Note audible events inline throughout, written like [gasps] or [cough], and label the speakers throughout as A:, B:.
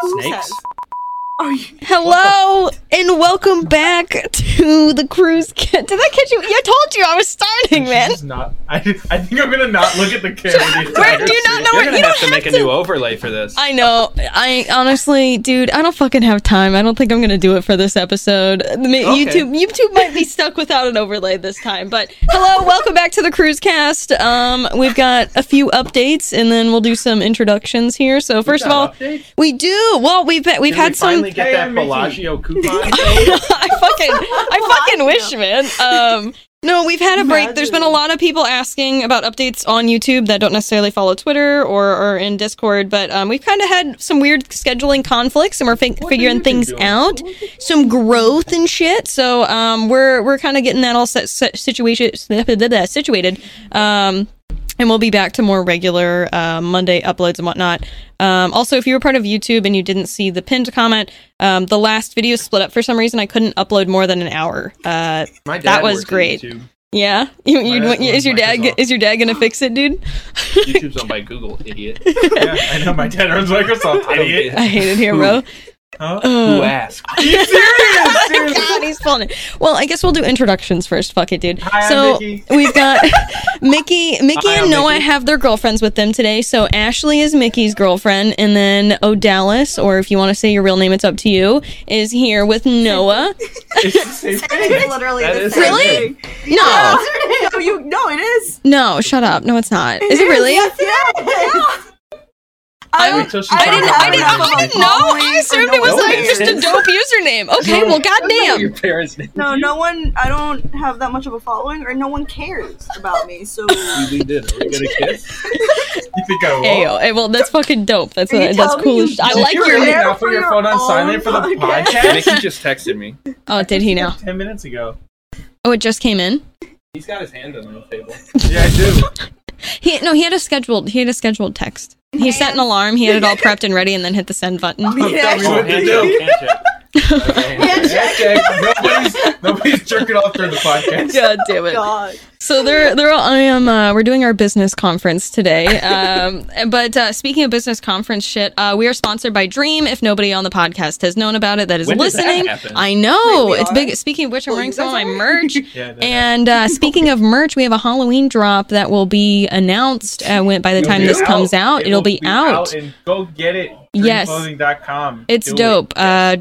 A: Snakes?
B: Are you?
C: Hello and welcome back to the cruise. Ca- Did I catch you? I told you I was starting, man.
D: She's not. I, I think I'm gonna not look at the camera. the
C: [laughs] Where,
D: entire
C: do you not know
D: scene.
A: You're
C: where
A: gonna
C: you
A: have
C: don't Uh,
A: to make a new overlay for this.
C: I know. I honestly, dude, I don't fucking have time. I don't think I'm gonna do it for this episode. The ma-
A: Okay.
C: YouTube, YouTube might be stuck without an overlay this time. But hello, welcome back to the Cruise Cast. Um, we've got a few updates, and then we'll do some introductions here. So first of all,
D: got updates?
C: we do. Well, we've been, we've
A: Did
C: had
A: we
C: some.
A: finally get
D: Hey,
A: that
D: I'm Mickey.
A: Bellagio
C: [laughs]
A: coupon.
C: I fucking
D: [laughs]
C: I fucking wish, man. Um no, we've had a break. There's been a lot of people asking about updates on YouTube that don't necessarily follow Twitter or are in Discord, but um, we've kind of had some weird scheduling conflicts, and we're fi- figuring
D: you
C: things
D: doing?
C: out, some growth and shit. So um, we're we're kind of getting that all set, set situation [laughs] situated. Um, and we'll be back to more regular uh, Monday uploads and whatnot. Um, also, if you were part of YouTube and you didn't see the pinned comment, um, the last video split up for some reason. I couldn't upload more than an hour. Uh,
D: My dad
C: That was
D: works at
C: great.
D: YouTube.
C: yeah, you, you,
D: dad
C: is
D: owns
C: your dad
D: Microsoft.
C: is your dad gonna fix it, dude? [laughs]
A: YouTube's owned by Google, idiot.
D: yeah, I know my dad owns Microsoft.
A: I don't get
D: Idiot.
A: it.
C: I hate it here, bro. Uh,
D: Huh?
C: [laughs]
A: Who asked?
D: Are you serious? Seriously?
C: Oh God, he's pulling it. Well, I guess we'll do introductions first. Fuck it, dude.
D: Hi, I'm
C: so
D: Mickey.
C: we've got Mickey. Mickey
A: Hi,
C: and
A: I'm
C: Noah
A: Mickey.
C: have their girlfriends with them today. So Ashley is Mickey's girlfriend, and then O'Dallas, or if you want to say your real name, it's up to you, is here with Noah.
D: It's the same
B: It's
D: thing.
B: literally
A: That
B: the
A: is
B: same
C: Really?
B: thing.
C: No,
B: No, you. No, it is.
C: no, shut up. No, it's not. Oh. Is it really?
B: Yes,
C: [laughs]
B: it is.
C: I-
D: Wait till she
B: I
D: finds
B: didn't-
D: out
B: I didn't-
D: I'm not
B: I
D: Mickey.
B: didn't know.
C: I assumed it was
A: No,
C: like
A: it
C: just a
A: isn't.
C: dope username. Okay, well, goddamn.
A: Your parents' name.
B: No, no one. I don't have that much of a following, or no one cares about
C: [laughs]
B: me. So
A: We- We did. Are we gonna kiss?
D: You think I will?
C: Ayo, eh, well, that's fucking dope. That's
B: Are you
C: uh, that's
B: telling
C: cool.
B: me
C: as
B: you
C: sh- I
D: Did
C: like
D: you
C: your.
D: really
B: name
D: not
B: for
D: put your
B: your
D: phone on silent
B: own
D: for the
B: podcast?
D: podcast?
A: Mickey just texted me.
C: Oh, did he now?
D: Ten minutes ago.
C: Oh, it just came in.
A: He's got his hand on the [laughs] table.
D: Yeah, I do.
C: He no, he had a scheduled he had a scheduled text. He set an alarm. He had it all prepped and ready, and then hit the send button.
D: Tell me
A: Oh, [laughs]
D: what to do.
C: [laughs]
D: Hashtag nobody's, nobody's jerking off during the podcast.
C: God damn it!
B: God.
C: So they're they're all, I am uh, we're doing our business conference today. Um, but uh, speaking of business conference shit, uh, we are sponsored by Dream. If nobody on the podcast has known about it, that is
A: When did that
C: listening.
A: happen?
C: I know
B: Wait, we
C: it's
B: are?
C: big. Speaking of which, I'm
B: Oh,
C: wearing
B: you
C: some of my
B: guys are?
C: merch.
D: Yeah, no,
C: And uh, speaking of merch, we have a Halloween drop that will be announced uh, when, by the
D: It'll
C: time
D: be
C: this comes out.
D: It
C: It'll
D: will
C: be, out.
D: And go get it.
C: Yes.
D: Dreamclothing.com.
C: It's
D: Do it.
C: dope. Uh,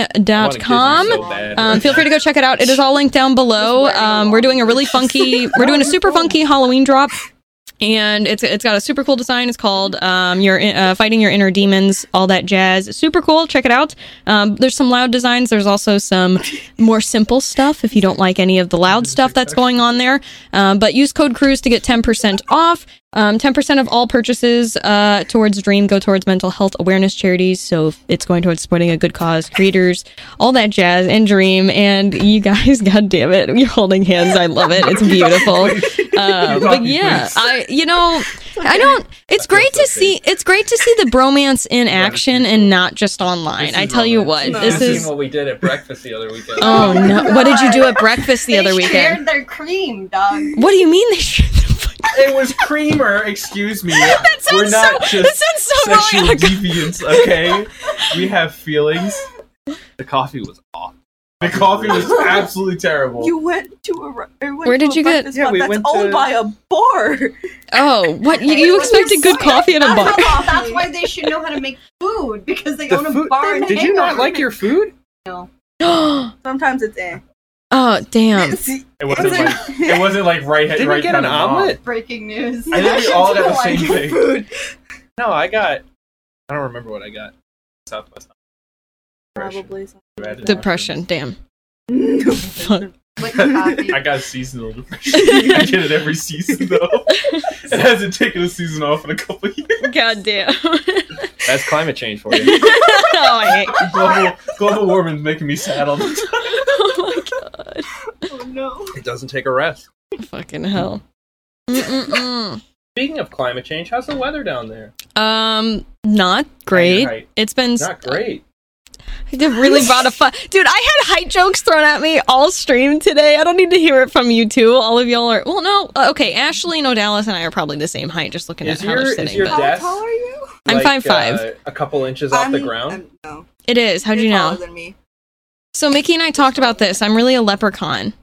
C: dreamclothing.com. Um, feel free to go check it out. It is all linked down below. Um, we're doing a really funky, we're doing a super funky Halloween drop, and it's it's got a super cool design. It's called um, "Your uh, Fighting Your Inner Demons," all that jazz. Super cool. Check it out. Um, there's some loud designs. There's also some more simple stuff if you don't like any of the loud stuff that's going on there. Um, but use code Cruise to get ten percent off. Um, 10% of all purchases uh, towards Dream go towards mental health awareness charities. So it's going towards supporting a good cause, creators, all that jazz, and Dream. And you guys, [laughs] god damn it, you're holding hands. I love it. It's beautiful. Uh, but yeah, I, you know, I don't. It's great to see. It's great to see the bromance in action and not just online. I tell you what, this is.
A: what we did at breakfast the other weekend.
C: Oh no! What did you do at breakfast the other weekend?
B: shared their cream, dog.
C: What do you mean they should? [laughs]
D: It was creamer, excuse me. We're
C: sounds
D: not
C: so-
D: just
C: that sounds so
D: sexual
C: wrong.
D: deviants, okay? We have feelings.
A: The coffee was off.
D: The coffee was absolutely terrible.
B: You went to a. re- or went
C: Where
B: to
C: did
B: a
C: you get-
B: breakfast
A: Yeah,
B: spot
A: we
B: that's
A: went
B: owned
A: to-
B: by a bar.
C: Oh, what you, you
E: What's your
C: expected good
E: point?
C: coffee at a
E: That's
B: [laughs]
C: bar?
E: how-
C: [laughs]
E: That's why they should know how to make food because they
A: The
E: own a
A: food-
E: bar. and
A: Did you not
E: hangar.
A: like your food?
C: oh
B: Sometimes it's eh.
C: damn!
B: [laughs]
D: It wasn't like it wasn't like right
A: Didn't
D: right
A: you get
D: down
A: an
D: the mall.
A: omelet?
E: Breaking news.
D: I think we all got the same
B: like your
D: thing.
B: food.
A: No, I got. I don't remember what I got. Southwest.
B: Probably. so.
D: Bad
C: Depression, damn.
B: [laughs]
F: [laughs]
E: Like coffee.
D: I got seasonal depression. [laughs] I get it every season though. It hasn't taken a season off in a couple of years.
C: God damn! oh,
A: That's climate change
C: [laughs]
A: for you.
C: I hate.
A: [laughs]
C: [laughs]
D: Global, global warming's making me sad all the time.
C: Oh
B: Oh no.
A: it doesn't take a rest.
C: my god! Fucking hell. Mm-mm-mm.
A: Speaking of climate change, how's the weather down there?
C: Um, not great.
D: height.
C: It's been
A: Not great.
C: it really brought a fun. Dude, I had height jokes thrown at me all stream today. I don't need to hear it from you two. All of y'all are well. No, uh, okay. Ashley, no, Dallas, and I are probably the same height. Just looking
A: Is
C: at how
A: your-
C: they're
A: is
C: sitting.
A: your
C: but-
A: dad-
B: How
A: Yes.
B: tall are you?
C: I'm
A: like,
C: five five.
A: uh, a couple inches off the
G: I'm-
A: ground.
G: I'm- no.
C: It is. How'd you
G: You're
C: know?
G: taller Than me.
C: So Mickey and I talked about this. I'm really a leprechaun.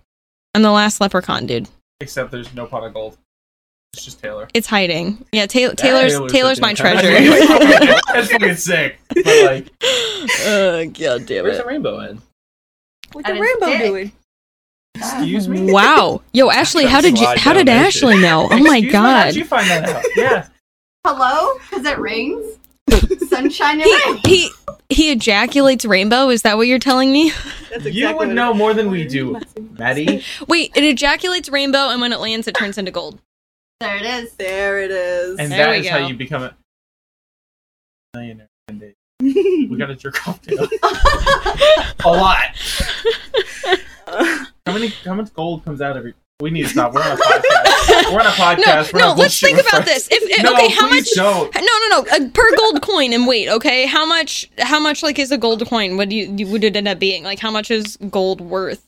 C: I'm the last leprechaun, dude.
F: Except there's no pot of gold. It's just Taylor.
C: It's hiding. Yeah, Taylor, Taylor's Taylor's,
F: the
C: my
F: entire-
A: [laughs]
C: [laughs] treasure.
F: That's fucking sick. But like,
C: oh god damn
A: Where's the rainbow end?
G: What's
B: That
G: the
B: is
G: rainbow
B: dick.
G: doing?
F: excuse me.
C: Wow. Yo, Ashley, how did you
A: Slide
C: how
A: down
C: did
A: that
C: Ashley know? Oh my
F: Excuse me, How'd
C: god.
F: you find that out? Yeah.
B: Hello? Because
G: [laughs]
B: it rings? Sunshine and
C: He
B: rain.
C: he he ejaculates rainbow, is that what you're telling me? [laughs]
G: That's
F: you would
G: what it
F: know more than
G: is.
F: we do, Maddie.
C: Wait, it ejaculates rainbow and when it lands it turns into gold.
B: There it is.
G: There it
C: [laughs]
G: is.
F: And
C: There
F: that
C: we
F: is
C: go.
F: how you become a millionaire. one
C: [laughs]
F: day. We got to jerk off Taylor. a lot. How many? How much gold comes out every? We need to stop. We're on a podcast. We're on
C: [laughs]
F: a
C: No,
F: podcast. We're
C: no,
F: not
C: let's
F: bullshitting
C: think about this.
F: friends.
C: If, if-
F: No,
C: okay, how much
F: please Don't.
C: No, no, no. Uh, per gold coin and weight, okay? How much how much like is a gold coin? What do you you- would it end up being? Like how much is gold worth?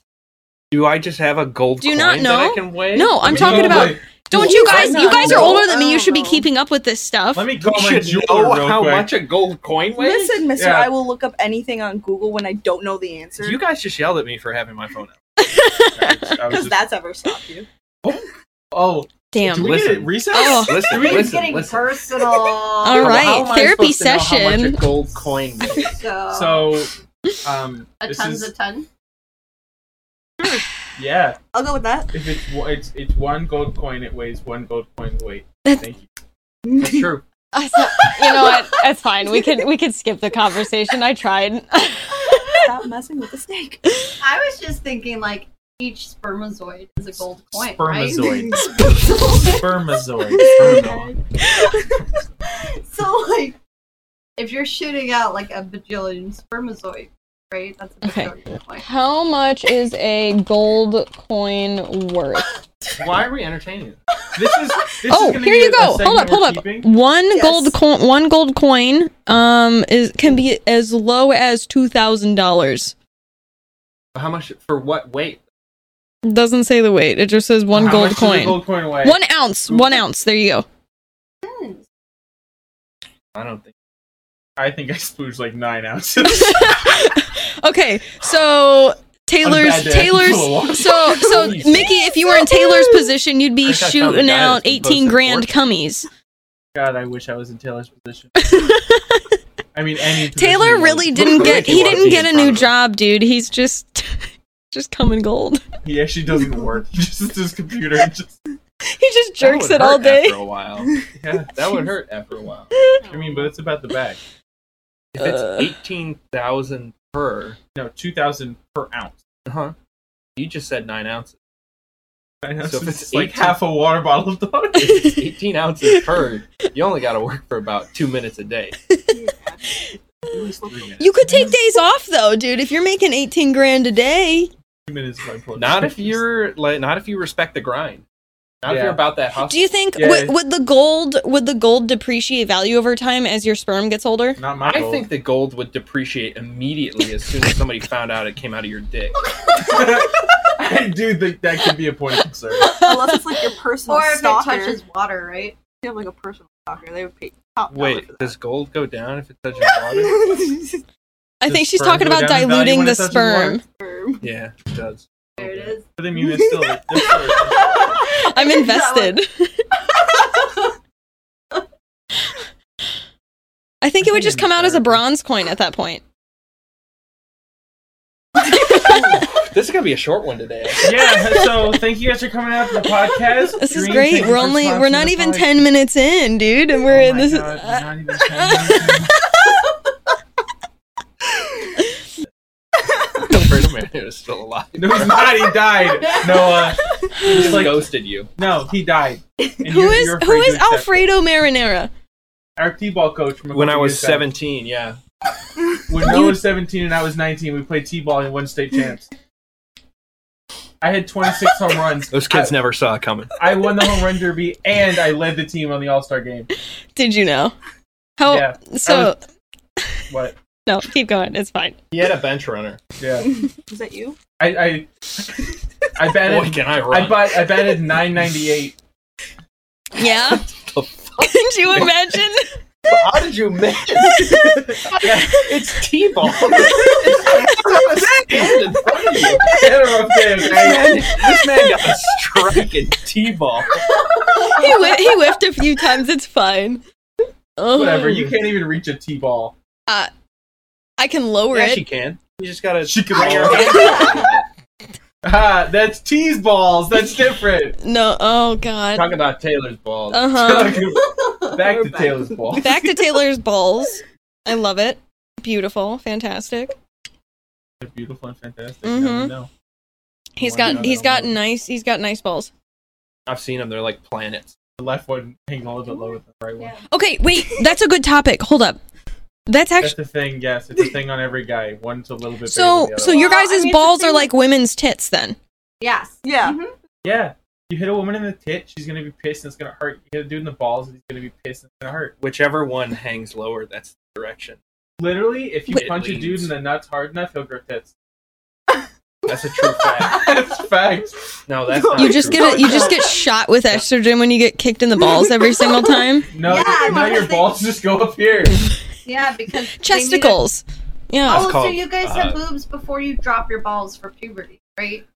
A: Do I just have a gold
C: Do you
A: coin
C: not
A: that
C: know?
A: I can Oh weigh?
C: No, I'm
F: Let me
C: talking
F: go
C: about
F: my-
C: Don't you guys
G: not
C: you guys are
G: know?
C: older than me. You
G: Oh,
C: should be
G: no.
C: keeping up with this stuff.
F: Let me call
A: You
F: my
A: should
F: jeweler
A: know
F: real
A: how
F: quick.
A: much a gold coin weighs.
G: Listen, Mister,
F: Yeah.
G: I will look up anything on Google when I don't know the answer
A: You guys just yelled at me for having my phone out.
F: I was
G: because
F: just-
G: that's ever stopped you.
A: Oh,
F: Do
C: Damn.
F: we get
A: Listen.
F: it reset?
C: Oh.
A: listen,
B: It's
A: listen,
B: getting
G: [laughs]
A: listen.
B: personal.
C: All
A: How-
C: right,
A: how am I
C: therapy
A: supposed to know How much
C: session.
A: a gold coin weighs?
B: So,
C: [laughs]
F: So, um,
B: a
F: this
B: ton's
F: is
B: a ton.
F: yeah.
G: I'll go with that.
F: If it's one- it's it's one gold coin, it weighs one gold coin weight.
C: That's-
F: Thank you.
C: [laughs]
A: It's true.
C: I thought- you know what? That's fine. We could we could skip the conversation. I tried.
G: Stop messing with the snake.
B: I was just thinking, like, each spermazoid is a gold coin.
F: Spermazoid.
C: [laughs]
B: Right?
F: Spermazoid.
B: so, like, if you're shooting out, like, a bajillion spermazoid, right? That's a
C: Okay.
B: bajillion coin.
C: How much is a gold coin worth?
A: Why are we entertaining? it?
F: This is this
C: oh,
F: is gonna
C: here
F: be
C: you
F: a-
C: go.
F: a
C: Hold up,
F: segment
C: hold
F: we're
C: up.
F: keeping.
C: One
G: Yes.
C: gold coin. One gold coin. Um, is can be as low as two thousand dollars.
A: How much for what weight?
C: Doesn't say the weight. It just says one
F: How
C: gold
F: much does a
C: coin.
F: Gold coin weigh.
C: One ounce. One ounce. There you go.
A: I don't think.
F: I think I spooged like nine ounces.
C: [laughs] Okay, so Taylor's
F: On a bad day,
C: Taylor's.
F: people walk-
C: So so
F: Holy
C: Mickey, if you were in Taylor's position, you'd be
A: I think I found the
C: shooting
A: guy
C: out
A: that's been
C: eighteen
A: posted
C: grand
A: for it.
C: cummies.
F: God, I wish I was in
C: [laughs]
F: Taylor's position. I mean, any. position you
C: Taylor
F: want.
C: really didn't get.
A: you
C: He
A: wanna
C: didn't
A: be
C: get
A: in
C: a
A: front of
C: new
A: him.
C: job, dude. He's just [laughs] just coming gold. [laughs]
F: He actually doesn't work. He just is his computer. And just,
C: He just
A: That
C: jerks
A: would
C: it all
A: hurt
C: day.
A: After a while,
F: yeah.
A: that would hurt after a while.
F: I mean, but it's about the bag.
A: If it's
C: Uh.
A: eighteen thousand per,
F: No, two thousand per ounce.
A: huh? You just said nine ounces.
F: Nine
A: So if
F: ounces
A: it's
F: is like
A: 18
F: half a water
A: [laughs]
F: bottle of dog.
A: Eighteen ounces per. You only got to work for about two minutes a day.
C: You could take days off though, dude. If you're making eighteen grand a day,
F: Two minutes of my blood.
A: Not if you're like, not if you respect the grind. Not if
F: Yeah.
A: you're about that hustle.
C: do you think
F: Yeah.
C: would, would the gold would the gold depreciate value over time as your sperm gets older?
F: Not my.
A: I
F: goal.
A: think the gold would depreciate immediately as soon as somebody found out it came out of your dick.
F: I do think that could be a point of concern.
G: Unless it's like your personal
B: Or if it
G: stalker.
B: touches water, right?
G: you have like a personal stalker, they would pay top dollar
A: Wait,
G: for
A: does gold go down if it touches [laughs]
G: [laughs]
A: water?
G: that.
C: I
F: Does
C: think she's
F: sperm
C: talking
F: go
C: about
F: down in value
C: diluting
F: when
C: the
F: it touches water?
C: sperm.
G: Or-
A: Yeah, it does.
B: There it is.
F: But I mean, it's still. It's still
C: I'm invested. I think it would just come out as a bronze coin at that point.
A: This is gonna be a short one today.
F: yeah. So thank you guys for coming out to the podcast.
C: This is
F: Green,
C: great.
F: thank you
C: We're
F: for
C: only we're
F: sponsoring
C: not
F: the
C: even
F: podcast.
C: ten minutes in, dude, and we're
F: Oh
C: in
F: my
C: this. [laughs]
F: God, we're not even 10 minutes in.
A: The first man who was still alive.
F: [laughs] No, he's not. He died. Noah.
A: He
F: He's like,
A: ghosted you.
F: no, he died. And
C: who
F: you're-
C: is
F: you're
C: who
F: afraid to
C: is
F: accept it.
C: Alfredo Marinera?
F: Our t-ball coach from a
A: When I
F: couple
A: was
F: years back.
A: 17, yeah.
F: When Noah was 17 and I was 19, we played t-ball and won state champs. I had 26 home runs.
A: Those kids never saw it coming.
F: I won the home run derby and I led the team on the All-Star game.
C: Did you know? How
F: Yeah,
C: so?
F: What?
C: No, keep going. It's fine.
A: He had a bench runner.
F: Yeah.
G: Is that you?
F: I I [laughs] I
A: Boy,
F: batted
A: can I run.
F: I bat, I [laughs] batted 998.
C: Yeah.
F: [laughs]
A: the
C: [laughs] Could you imagine?
H: How did you miss? [laughs] it's [laughs] T-ball. It's on a stand in front of you. This man, this man got a strike at
A: [laughs]
H: T-ball.
C: He, whi- he whiffed a few times. It's fine. Oh,
F: Whatever. You can't even reach a T-ball.
C: Uh, I can lower
H: Yeah,
C: it.
H: she can. You just gotta.
F: She can
H: [laughs]
F: Ah, that's T's balls.
C: [laughs]
F: That's different.
C: No. Oh God.
F: Talking about Taylor's balls.
C: Uh
F: [laughs]
C: huh.
F: back to
B: We're back.
F: Taylor's balls.
C: Back to Taylor's balls. I love it. Beautiful. Fantastic.
F: They're [laughs] beautiful and fantastic.
C: Mhm.
F: Now we know.
C: He's
F: Why
C: got.
F: not?
C: He's got nice. He's got nice balls.
A: [laughs] I've seen them. They're like planets.
F: The left one hanging a little bit lower than the right one.
I: Okay, wait, that's a good topic. Hold up. That's
F: That's
I: actually
F: the thing. Yes, it's a thing on every guy. One's a little bit. bigger
I: so.
F: than the
I: So
F: other
I: your
E: Well, I
I: guys'
E: mean, it's
I: balls
E: the
I: are
E: same-
I: like women's tits, then.
E: Yes.
B: Yeah.
E: Mhm.
F: one. yeah. You hit a woman in the tit, she's gonna be pissed and it's gonna hurt. You hit a dude in the balls, and he's gonna be pissed and it's gonna hurt.
A: Whichever one hangs lower, that's the direction.
F: Literally, if you
A: Wait.
F: punch a dude
A: Leans.
F: in the nuts hard enough, he'll grow tits.
A: That's a true fact.
F: [laughs] That's facts.
A: No, that's
F: Oh,
A: not
I: You just
A: true.
I: get a, you just get shot with estrogen when you get kicked in the balls every
E: [laughs]
I: single time.
F: No,
E: Yeah,
F: now
E: my
F: your
E: husband-
F: balls just go up here.
E: Yeah, because they need a-
I: Chesticles. Yeah.
E: Oh, so
A: called,
E: you guys have
A: uh,
E: boobs before you drop your balls for puberty, right?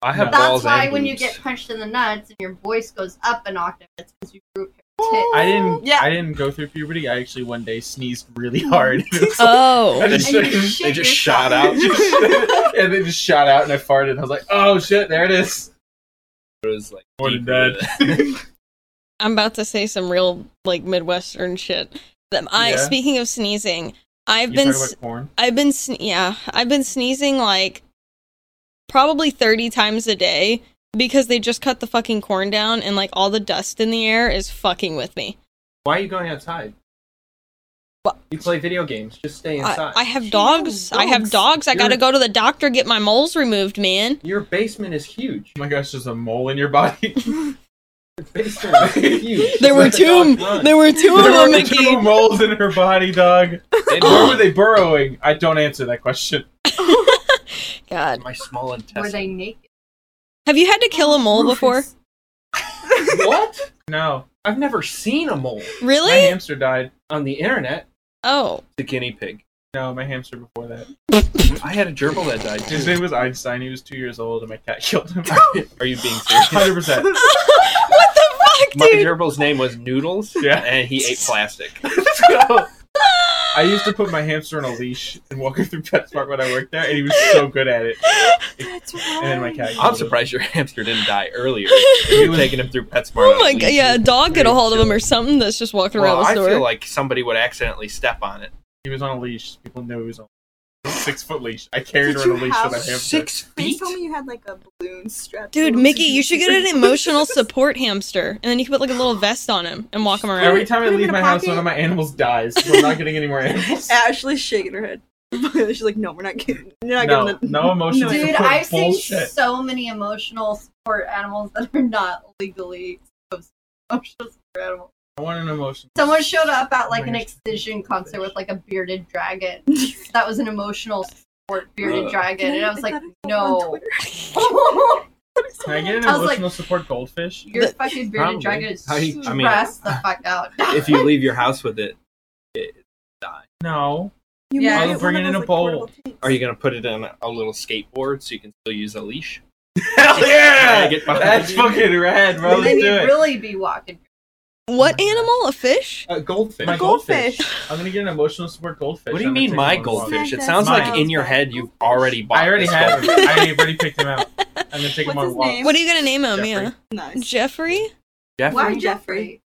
A: I have
E: That's
A: balls
E: why
A: and
E: when you
A: boobs. [laughs]
E: get punched in the nuts and your voice goes up an octave, it's because you grew a pair of tits.
F: I didn't.
B: Yeah.
F: I didn't go through puberty. I actually one day sneezed really hard. It [laughs] was
C: Oh.
F: I just,
E: And you
F: just-
E: shit
A: they just shot
E: yourself. [laughs]
A: out.
F: and they just shot out, and I farted. And I was like, "Oh shit, there it is."
A: It was like
F: More than
A: deep
F: that.
A: into the-
C: I'm about to say some real like Midwestern shit. That I
F: Yeah.
C: speaking of sneezing, I've
F: You
C: been
F: talking
C: s-
F: about corn?
C: I've been sne- yeah, I've been sneezing like probably 30 times a day because they just cut the fucking corn down and like all the dust in the air is fucking with me.
A: Why are you going outside?
C: What?
A: You play video games. Just stay
C: I,
A: inside.
C: I have dogs. I have dogs. I got to
A: You're-
C: go to the doctor get my moles removed, man.
A: Your basement is huge.
F: Oh my gosh, there's a mole in your body.
A: Your basement is huge.
C: [laughs] There were
A: Let the
C: two
A: dog run.
C: there were two of
F: there
C: them,
F: were
C: Mickey.
F: two moles in her body, dog.
C: [gasps]
A: They
F: Where
A: were-
F: were they burrowing? I don't answer that question.
C: God.
A: My small intestine.
E: Were they naked?
C: Have you had to kill a mole before?
A: [laughs] What?
F: No,
A: I've never seen a mole
F: my
C: Really?
F: hamster died.
A: on the internet.
C: Oh. [laughs]
A: The guinea pig.
F: No, my hamster before that.
A: I had a gerbil that died [laughs]
F: His
A: too.
F: name was Einstein. He was two years old, and my cat [laughs] killed him.
A: Are you being [laughs] serious?
F: Hundred percent.
C: What the
A: My
C: fuck, dude?
A: gerbil's name was Noodles,
F: Yeah.
A: and he ate plastic. [laughs]
F: I used to put my hamster on a leash and walk her through PetSmart when I worked there, and he was so good at it.
B: That's
F: And then my cat.
A: I'm
F: killed him.
A: surprised your hamster didn't die
C: [laughs]
A: earlier. If You're taking him through PetSmart.
C: Oh
A: on
C: my
A: a
C: god,
A: leash.
C: yeah, a dog get a
A: Very
C: hold of him
A: silly.
C: or something that's just walking
A: Well,
C: around the
A: I
C: store.
A: feel like somebody would accidentally step on it.
F: He was on a leash. People know he was on a six foot leash. I carried
B: Did
F: her on a
B: you
F: leash for
B: have
F: that hamster.
A: Six
B: Please
A: feet.
B: tell me you had like a balloon strapped.
C: Dude,
B: to
C: Mickey,
B: your-
G: [laughs]
C: you should get an emotional support hamster, and then you can put like a little vest on him and walk him
F: Every
C: around.
F: time I
B: Put him
F: leave
B: in
F: my
B: a
F: house,
B: pocket.
F: one of my animals dies. So I'm not getting any more
B: [laughs]
F: animals.
B: Ashley's shaking her head. [laughs] She's like, no, we're not getting. You're not
F: No, [laughs]
B: getting.
F: no emotions.
E: Dude,
F: Fucking
E: I've seen
F: bullshit.
E: so many emotional support animals that are not legally supposed to be emotional support animals.
F: I want an emotion.
E: Someone showed up at like an
F: Weird.
E: excision concert with like a bearded dragon. that was an emotional support bearded
A: Ugh.
E: dragon, and I was like,
B: Is that a- on
E: no.
B: Twitter? [laughs]
F: Can I get an
E: I was like-
F: emotional support goldfish?
E: Your
C: The-
E: fucking bearded
A: Probably.
E: dragon is
A: How you-
E: stressed
A: I mean-
E: the fuck
A: [laughs]
E: out. [laughs]
A: If you leave your house with it, it
F: No.
B: You
E: Yeah.
B: might
E: I'll
B: get
F: bring it
B: one of
F: in
B: those,
F: a bowl.
B: portable tapes.
A: are you going to put it on a, a little skateboard so you can still use a leash?
F: Hell yeah!
A: Get behind
F: That's
A: you.
F: fucking rad, bro.
E: And then
F: Let's
E: you'd
F: do it.
E: really be walking.
C: What animal? A fish?
A: A goldfish.
F: My
B: goldfish.
F: Uh, I'm gonna get an emotional support goldfish.
A: what do you
F: I'm gonna
A: mean,
F: take
A: my
F: him on a walk.
A: goldfish? It
B: Snack
A: sounds
F: that
A: like in your
B: smells
A: head
B: like
A: you've
B: goldfish.
A: already bought.
F: I already
A: this
F: have him.
A: goldfish.
F: I already picked him
B: [laughs]
F: out. I'm gonna take him
B: What's
F: on a
B: his
F: walk.
B: name?
C: What are you gonna name him?
F: Jeffrey.
C: Yeah,
B: Nice.
C: Jeffrey.
A: Jeffrey?
E: Why
B: Jeffrey.
E: Jeffrey?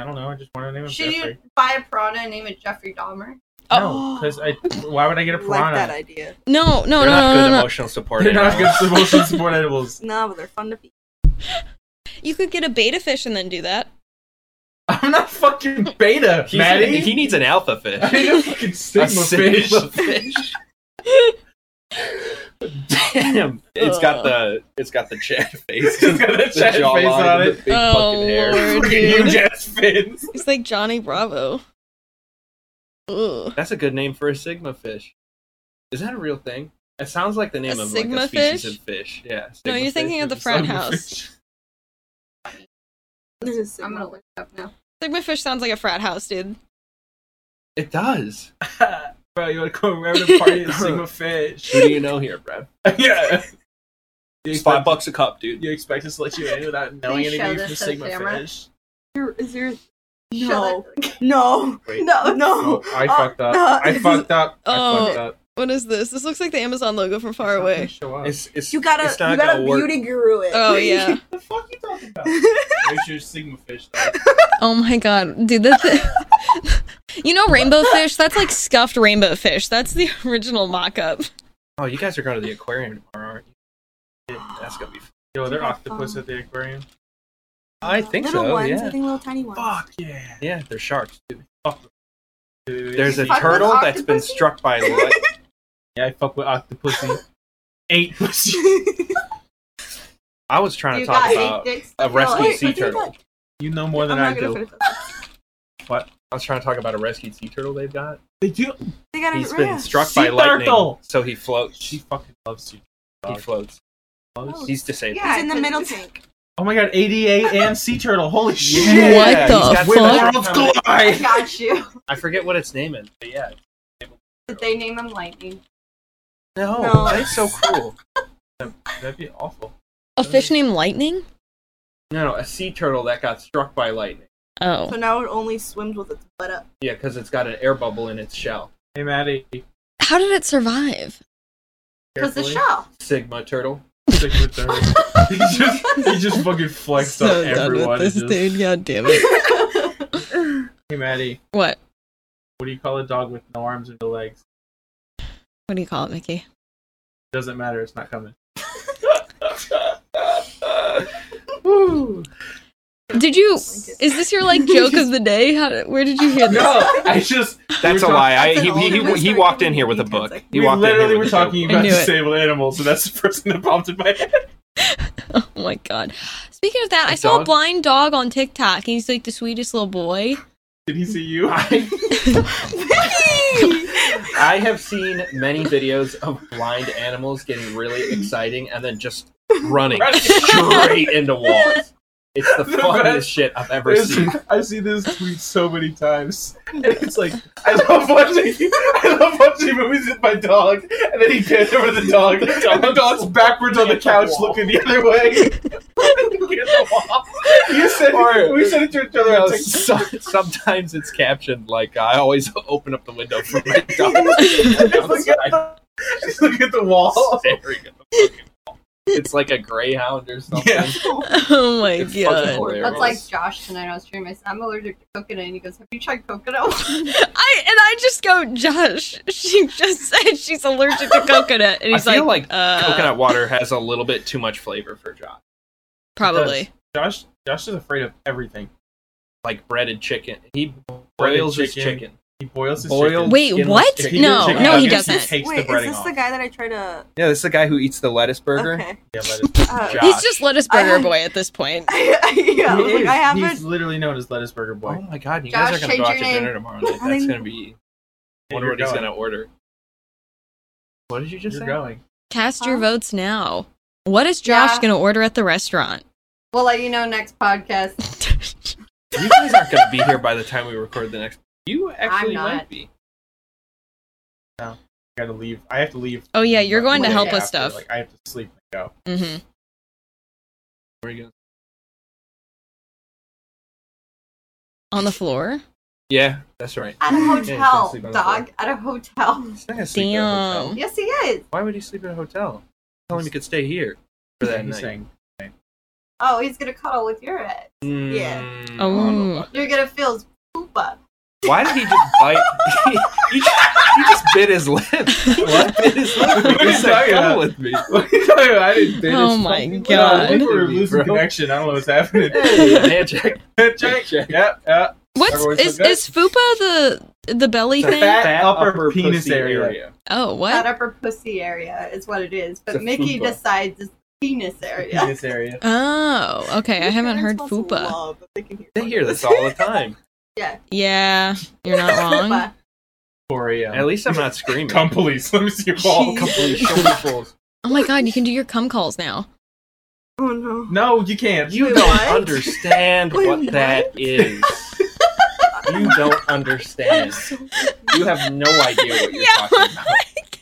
F: I don't know. I just want to name him
E: Should
F: Jeffrey.
E: you buy a piranha and name it Jeffrey Dahmer?
F: No, because I. Why would I get a
B: Oh. [laughs] like
F: piranha? [laughs]
B: that idea.
C: No, no, no,
A: They're not
C: no,
A: good
C: no, no.
A: emotional support.
F: They're not
A: animals.
F: good emotional support
B: [laughs]
F: animals.
B: No, but they're fun to feed.
C: You could get a beta fish and then do that.
F: I'm not fucking beta,
A: He's-
F: Maddie.
A: he needs an alpha fish.
F: [laughs] I need a fucking
A: A
F: sigma fish.
A: sigma
F: [laughs]
A: fish. Damn, it's got the it's got the
F: [laughs]
A: chat face.
F: Uh. It's got that
A: the
F: chat face
A: jawline
F: on
A: and
F: it.
A: The big
C: Oh,
A: fucking hair.
C: Lord,
F: [laughs] Fucking
C: dude.
F: huge ass
B: [laughs]
F: fins.
C: It's like Johnny Bravo. Ugh.
A: That's a good name for a sigma fish. Is that a real thing? It sounds like the name of like
C: sigma
A: a species
C: fish?
A: of fish. Yeah.
C: No,
A: sigma
C: you're thinking
A: fish
C: of the
A: is a
C: frat
A: sigma
C: house.
A: fish.
B: This is
E: I'm gonna look it up now.
C: Sigmafish sounds like a frat house, dude.
J: It does.
F: [laughs] Bro, you want to go around and party at
A: [laughs]
F: Sigma Fish?
J: Who do you know here,
F: [laughs]
J: Brad?
F: yeah. You
J: It's five
F: expect,
J: bucks a cup, dude.
F: you expect us to let you in without knowing
E: Please show
F: anybody from
E: this to the
F: Sigma
E: camera.
F: Fish?
B: Your- is your
E: Shut
B: no, no,
F: Wait.
B: no, no.
F: Oh, I
B: Uh,
F: fucked up.
B: no.
F: I fucked up. I
C: Oh,
F: fucked up.
C: What is this? This looks like the Amazon logo from far away.
F: Show up.
J: It's, it's,
B: You gotta,
J: it's not
B: you gotta
J: gonna work.
B: beauty guru
A: [laughs]
B: it. [laughs]
C: Oh yeah.
F: the fuck you talking about? Where's your Sigma Fish? Though?
C: Oh my god, dude, that thi- [laughs] You know rainbow fish? That's like scuffed rainbow fish. That's the [laughs] original mock-up.
A: Oh, you guys are going to the aquarium tomorrow, aren't you? Yeah, that's gonna be. Fun.
F: Yo, they're octopus at the aquarium.
A: I think
B: little
A: so.
B: ones, I
A: Yeah,
B: think little tiny ones. [laughs]
F: Fuck yeah.
A: yeah, they're sharks. Dude.
F: There's
A: There's a
B: Fuck with
A: turtle that's been
B: octopussy?
A: struck by
B: [laughs]
A: light.
F: yeah, I fuck with octopus. Eight [laughs] pussy.
A: I was trying
E: up.
A: to
E: You
A: talk
E: got
A: about.
E: eight dicks.
A: A
B: Oh,
A: rescue
B: wait,
A: sea
B: I think
A: turtle.
B: that-
F: You know more
B: I'm
F: than I
B: not gonna
F: do.
B: finish that.
A: I was trying to talk about a rescued sea turtle they've got.
F: They do.
B: They got
A: He's
B: it
A: been
B: right.
A: struck
F: Sea
A: by lightning,
F: turtle!
A: so he floats.
F: She fucking loves you.
A: He floats.
B: Oh,
F: Loves.
A: He's disabled.
E: Yeah,
B: He's in the
E: it's-
B: middle tank.
F: Oh my god, ADA and sea turtle. Holy shit.
C: Yeah. What the
A: he's got
C: fuck?
A: that-
F: World's glory.
E: I got you.
A: I forget what its name is, but yeah.
E: Did they name him Lightning?
A: No,
B: No.
A: it's so cruel.
F: That'd be awful.
C: A fish named Lightning?
A: No, no, a sea turtle that got struck by lightning.
C: Oh.
B: So now it only swims with its butt up.
A: Yeah, because it's got an air bubble in its shell.
F: Hey, Maddie.
C: How did it survive?
E: Because the
F: carefully.
E: shell.
A: Sigma turtle.
F: Stick with her.
C: [laughs]
F: he, just, he just fucking flexed on everyone. and just-
C: God damn it.
F: Hey, Maddie.
C: [laughs] What?
F: What do you call a dog with no arms and no legs?
C: What do you call it, Mickey?
F: Doesn't matter. It's
J: [laughs]
F: not coming.
C: Did you is this your like joke of the day? How did, where did you hear this?
F: No, I just.
J: That's a
F: You're
J: lie. I,
B: That's
J: he,
B: an
J: he,
B: old
J: he, he
B: Mr.
J: walked in here with a
B: Kennedy
J: book.
B: type
J: He
F: we
J: walked in
F: literally
J: here
F: were
J: with a joke.
F: talking
C: I
F: about
C: knew it.
F: disabled animals, and that's the first thing that popped in my head.
C: Oh my god. Speaking of that, I
A: A
C: saw a
A: dog?
C: blind dog on TikTok and he's like the sweetest little boy.
F: Did he see you?
A: [laughs] I have seen many videos of blind animals getting really exciting and then just running straight into walls. It's the
F: [laughs] The
A: funniest
F: best.
A: shit I've ever
F: There's- [laughs]
A: seen. [laughs]
F: I've seen this tweet so many [laughs] times, and it's like I love watching. I love watching movies with my dog, and then he pans over the dog, and the dog's backwards on the couch, looking the other way. [laughs] you said
A: Or-
F: we said it to each other. I
A: Well,
F: was
A: so,
F: like,
A: sometimes it's captioned like I always [laughs] open up the window for
F: [laughs]
A: my [laughs] dog.
F: just look at the, just [laughs] look at the wall.
A: Staring at the fucking wall. It's like a greyhound or something.
F: [laughs] Yeah.
C: [laughs] Oh my
A: It's fucking
C: god.
A: hilarious.
E: That's like Josh tonight on stream. I said, I'm allergic to coconut. And he goes, Have you tried coconut? [laughs]
C: I and [laughs] I just go, Josh, she just said she's allergic to coconut. And
A: I
C: he's
A: feel
C: like,
A: like
C: uh,
A: coconut water has a little bit too much flavor for Josh.
C: probably.
F: Josh, Josh is afraid of everything.
A: Like breaded chicken. He
F: Breaded
A: boils his
F: chicken.
A: chicken.
F: He boils his
A: Boiled
F: chicken.
C: Wait,
A: skin
C: what?
A: was
F: If
A: chicken.
C: No,
F: didn't check
C: no,
F: out,
C: he
F: I guess
C: doesn't.
F: takes
B: Wait,
F: the
B: is
F: breading
B: this
F: off.
B: the guy that I try to?
A: Yeah, this is the guy who eats the lettuce burger.
B: Okay.
F: Yeah, but it's-
B: Uh,
A: Josh.
C: He's just lettuce burger
B: I-
C: boy at this point.
B: [laughs] yeah, I,
F: He
B: was like,
F: is.
B: I
F: He's
B: haven't.
F: literally known as Lettuce Burger
A: Oh
F: Boy.
A: my god, you
E: Josh,
A: guys are gonna go out
E: change
A: to
E: your
A: dinner tomorrow night.
B: I
A: That's
B: think-
A: gonna be
F: Yeah,
A: wonder
F: you're
A: what he's
F: going.
A: gonna order. What did you just
F: You're
A: say?
F: going.
C: Cast your
B: Huh?
C: votes now. What is Josh
E: Yeah.
C: going to order at the restaurant? [laughs]
E: we'll let you know next podcast.
A: [laughs] You guys aren't gonna be here by the time we record the next you actually
E: not.
A: might be.
F: I gotta leave. I have to leave.
C: Oh, yeah, you're going to
F: Like,
C: help
F: after,
C: with stuff.
F: Like I have to sleep and go.
C: hmm
A: Where are you going?
C: On the floor?
A: Yeah, that's right.
E: At a
A: he's gonna
E: hotel,
A: sleep on the
E: dog. At a hotel.
A: He's not gonna sleep at a hotel.
C: Damn.
E: Yes, he is.
A: Why would he sleep at a hotel? Tell him he could stay here for that
F: He's
A: night.
F: saying,
E: Oh, he's gonna cuddle with your head.
A: Mm,
B: Yeah.
A: I don't know
C: Oh.
A: about-
E: You're gonna feel his poop up.
A: Why did he just bite? [laughs] he, he just, he just bit his lip. What? bit his lip.
F: [laughs] What are
A: He
F: you
A: said,
F: talking
A: "Come
F: about?"
A: with
F: [laughs]
A: me.
F: What are you talking about? [laughs] I didn't [laughs] do
C: Oh
F: this.
C: my
F: fucking-
C: God.
F: I think we're losing
A: Bro.
F: connection. I don't know what's happening.
A: Hey, Jack.
F: [laughs] Check. Yep. Yep.
C: What's
F: Everyone's
C: is
F: so good?
C: is fupa the the belly
F: It's a
C: thing?
F: fat,
A: Fat
F: upper,
A: upper
F: penis
A: pussy
F: area.
A: area.
C: oh,
E: That
C: what?
E: upper pussy area is what it is. But
A: It's a
E: Mickey
A: fupa.
E: decides it's the penis
F: [laughs]
E: area.
F: Penis area.
C: Oh, okay. I
B: Your
C: haven't heard
B: parents must
C: fupa.
B: love that They can hear
A: They hear this all the time.
C: Yeah, you're [laughs] not
E: [laughs]
C: wrong.
E: Fupa.
A: At
F: Korea.
A: least I'm not screaming.
F: Come police. [laughs] Let me see your ball.
A: Come police, show
F: [laughs]
A: me fools.
C: Oh my god, you can do your cum calls now. [laughs]
B: Oh no.
F: No, you can't.
A: You
B: Wait,
A: don't
B: what?
A: understand
B: Wait,
A: what that is. You don't understand. You have no idea what
E: [laughs]
A: you're talking about.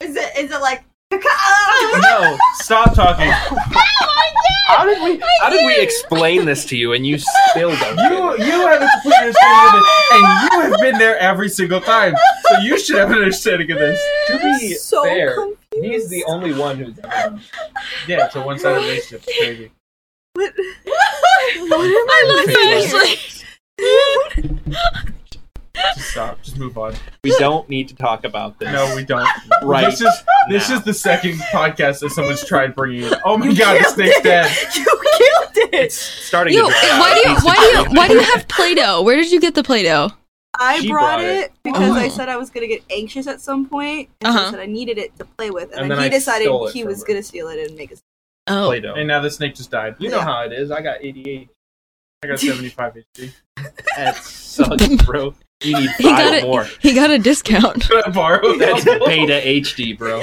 E: Is it is it like [laughs] cacao?
A: No,
F: Stop talking.
A: how did we how did we explain this to you and
E: [laughs]
A: you still don't? get it?
F: You you have a complete understanding of it, and you have been there every single time, so you should have an understanding of this.
A: To be
B: So
A: fair,
B: confused.
A: he's the only one who's ever
F: Yeah, it's a one-sided relationship. It's Crazy.
B: What?
K: I love Ashley.
F: Just stop. Just move on.
A: We don't need to talk about this.
F: No, we don't.
A: Right
F: This is this
A: now.
F: is the second podcast that someone's tried bringing in. Oh my god, this snake's dead.
B: [laughs] you killed it.
A: starting
C: Yo,
A: to drag
C: why do you
A: out
C: why do you why do you have Play-Doh? Where did you get the Play-Doh?
B: I
A: She
B: brought
A: brought
B: it,
A: it.
B: because I
C: Oh.
B: said I was gonna get anxious at some point, and
C: Uh-huh.
B: so I said I needed it to play with, and,
A: And
B: then,
A: then
B: he
A: I
B: decided
A: stole it
B: he
A: from
B: was
A: her.
B: gonna steal it and make us.
C: Oh,
A: Play-Doh.
F: And now the snake just died.
A: You know how it is. I got 88.
F: I got 75 HP.
A: That sucks, bro. You need
C: He got
A: five
C: it.
A: more.
C: he got a discount.
F: Could I borrow
A: [laughs] That's
F: that?
A: beta HD, bro.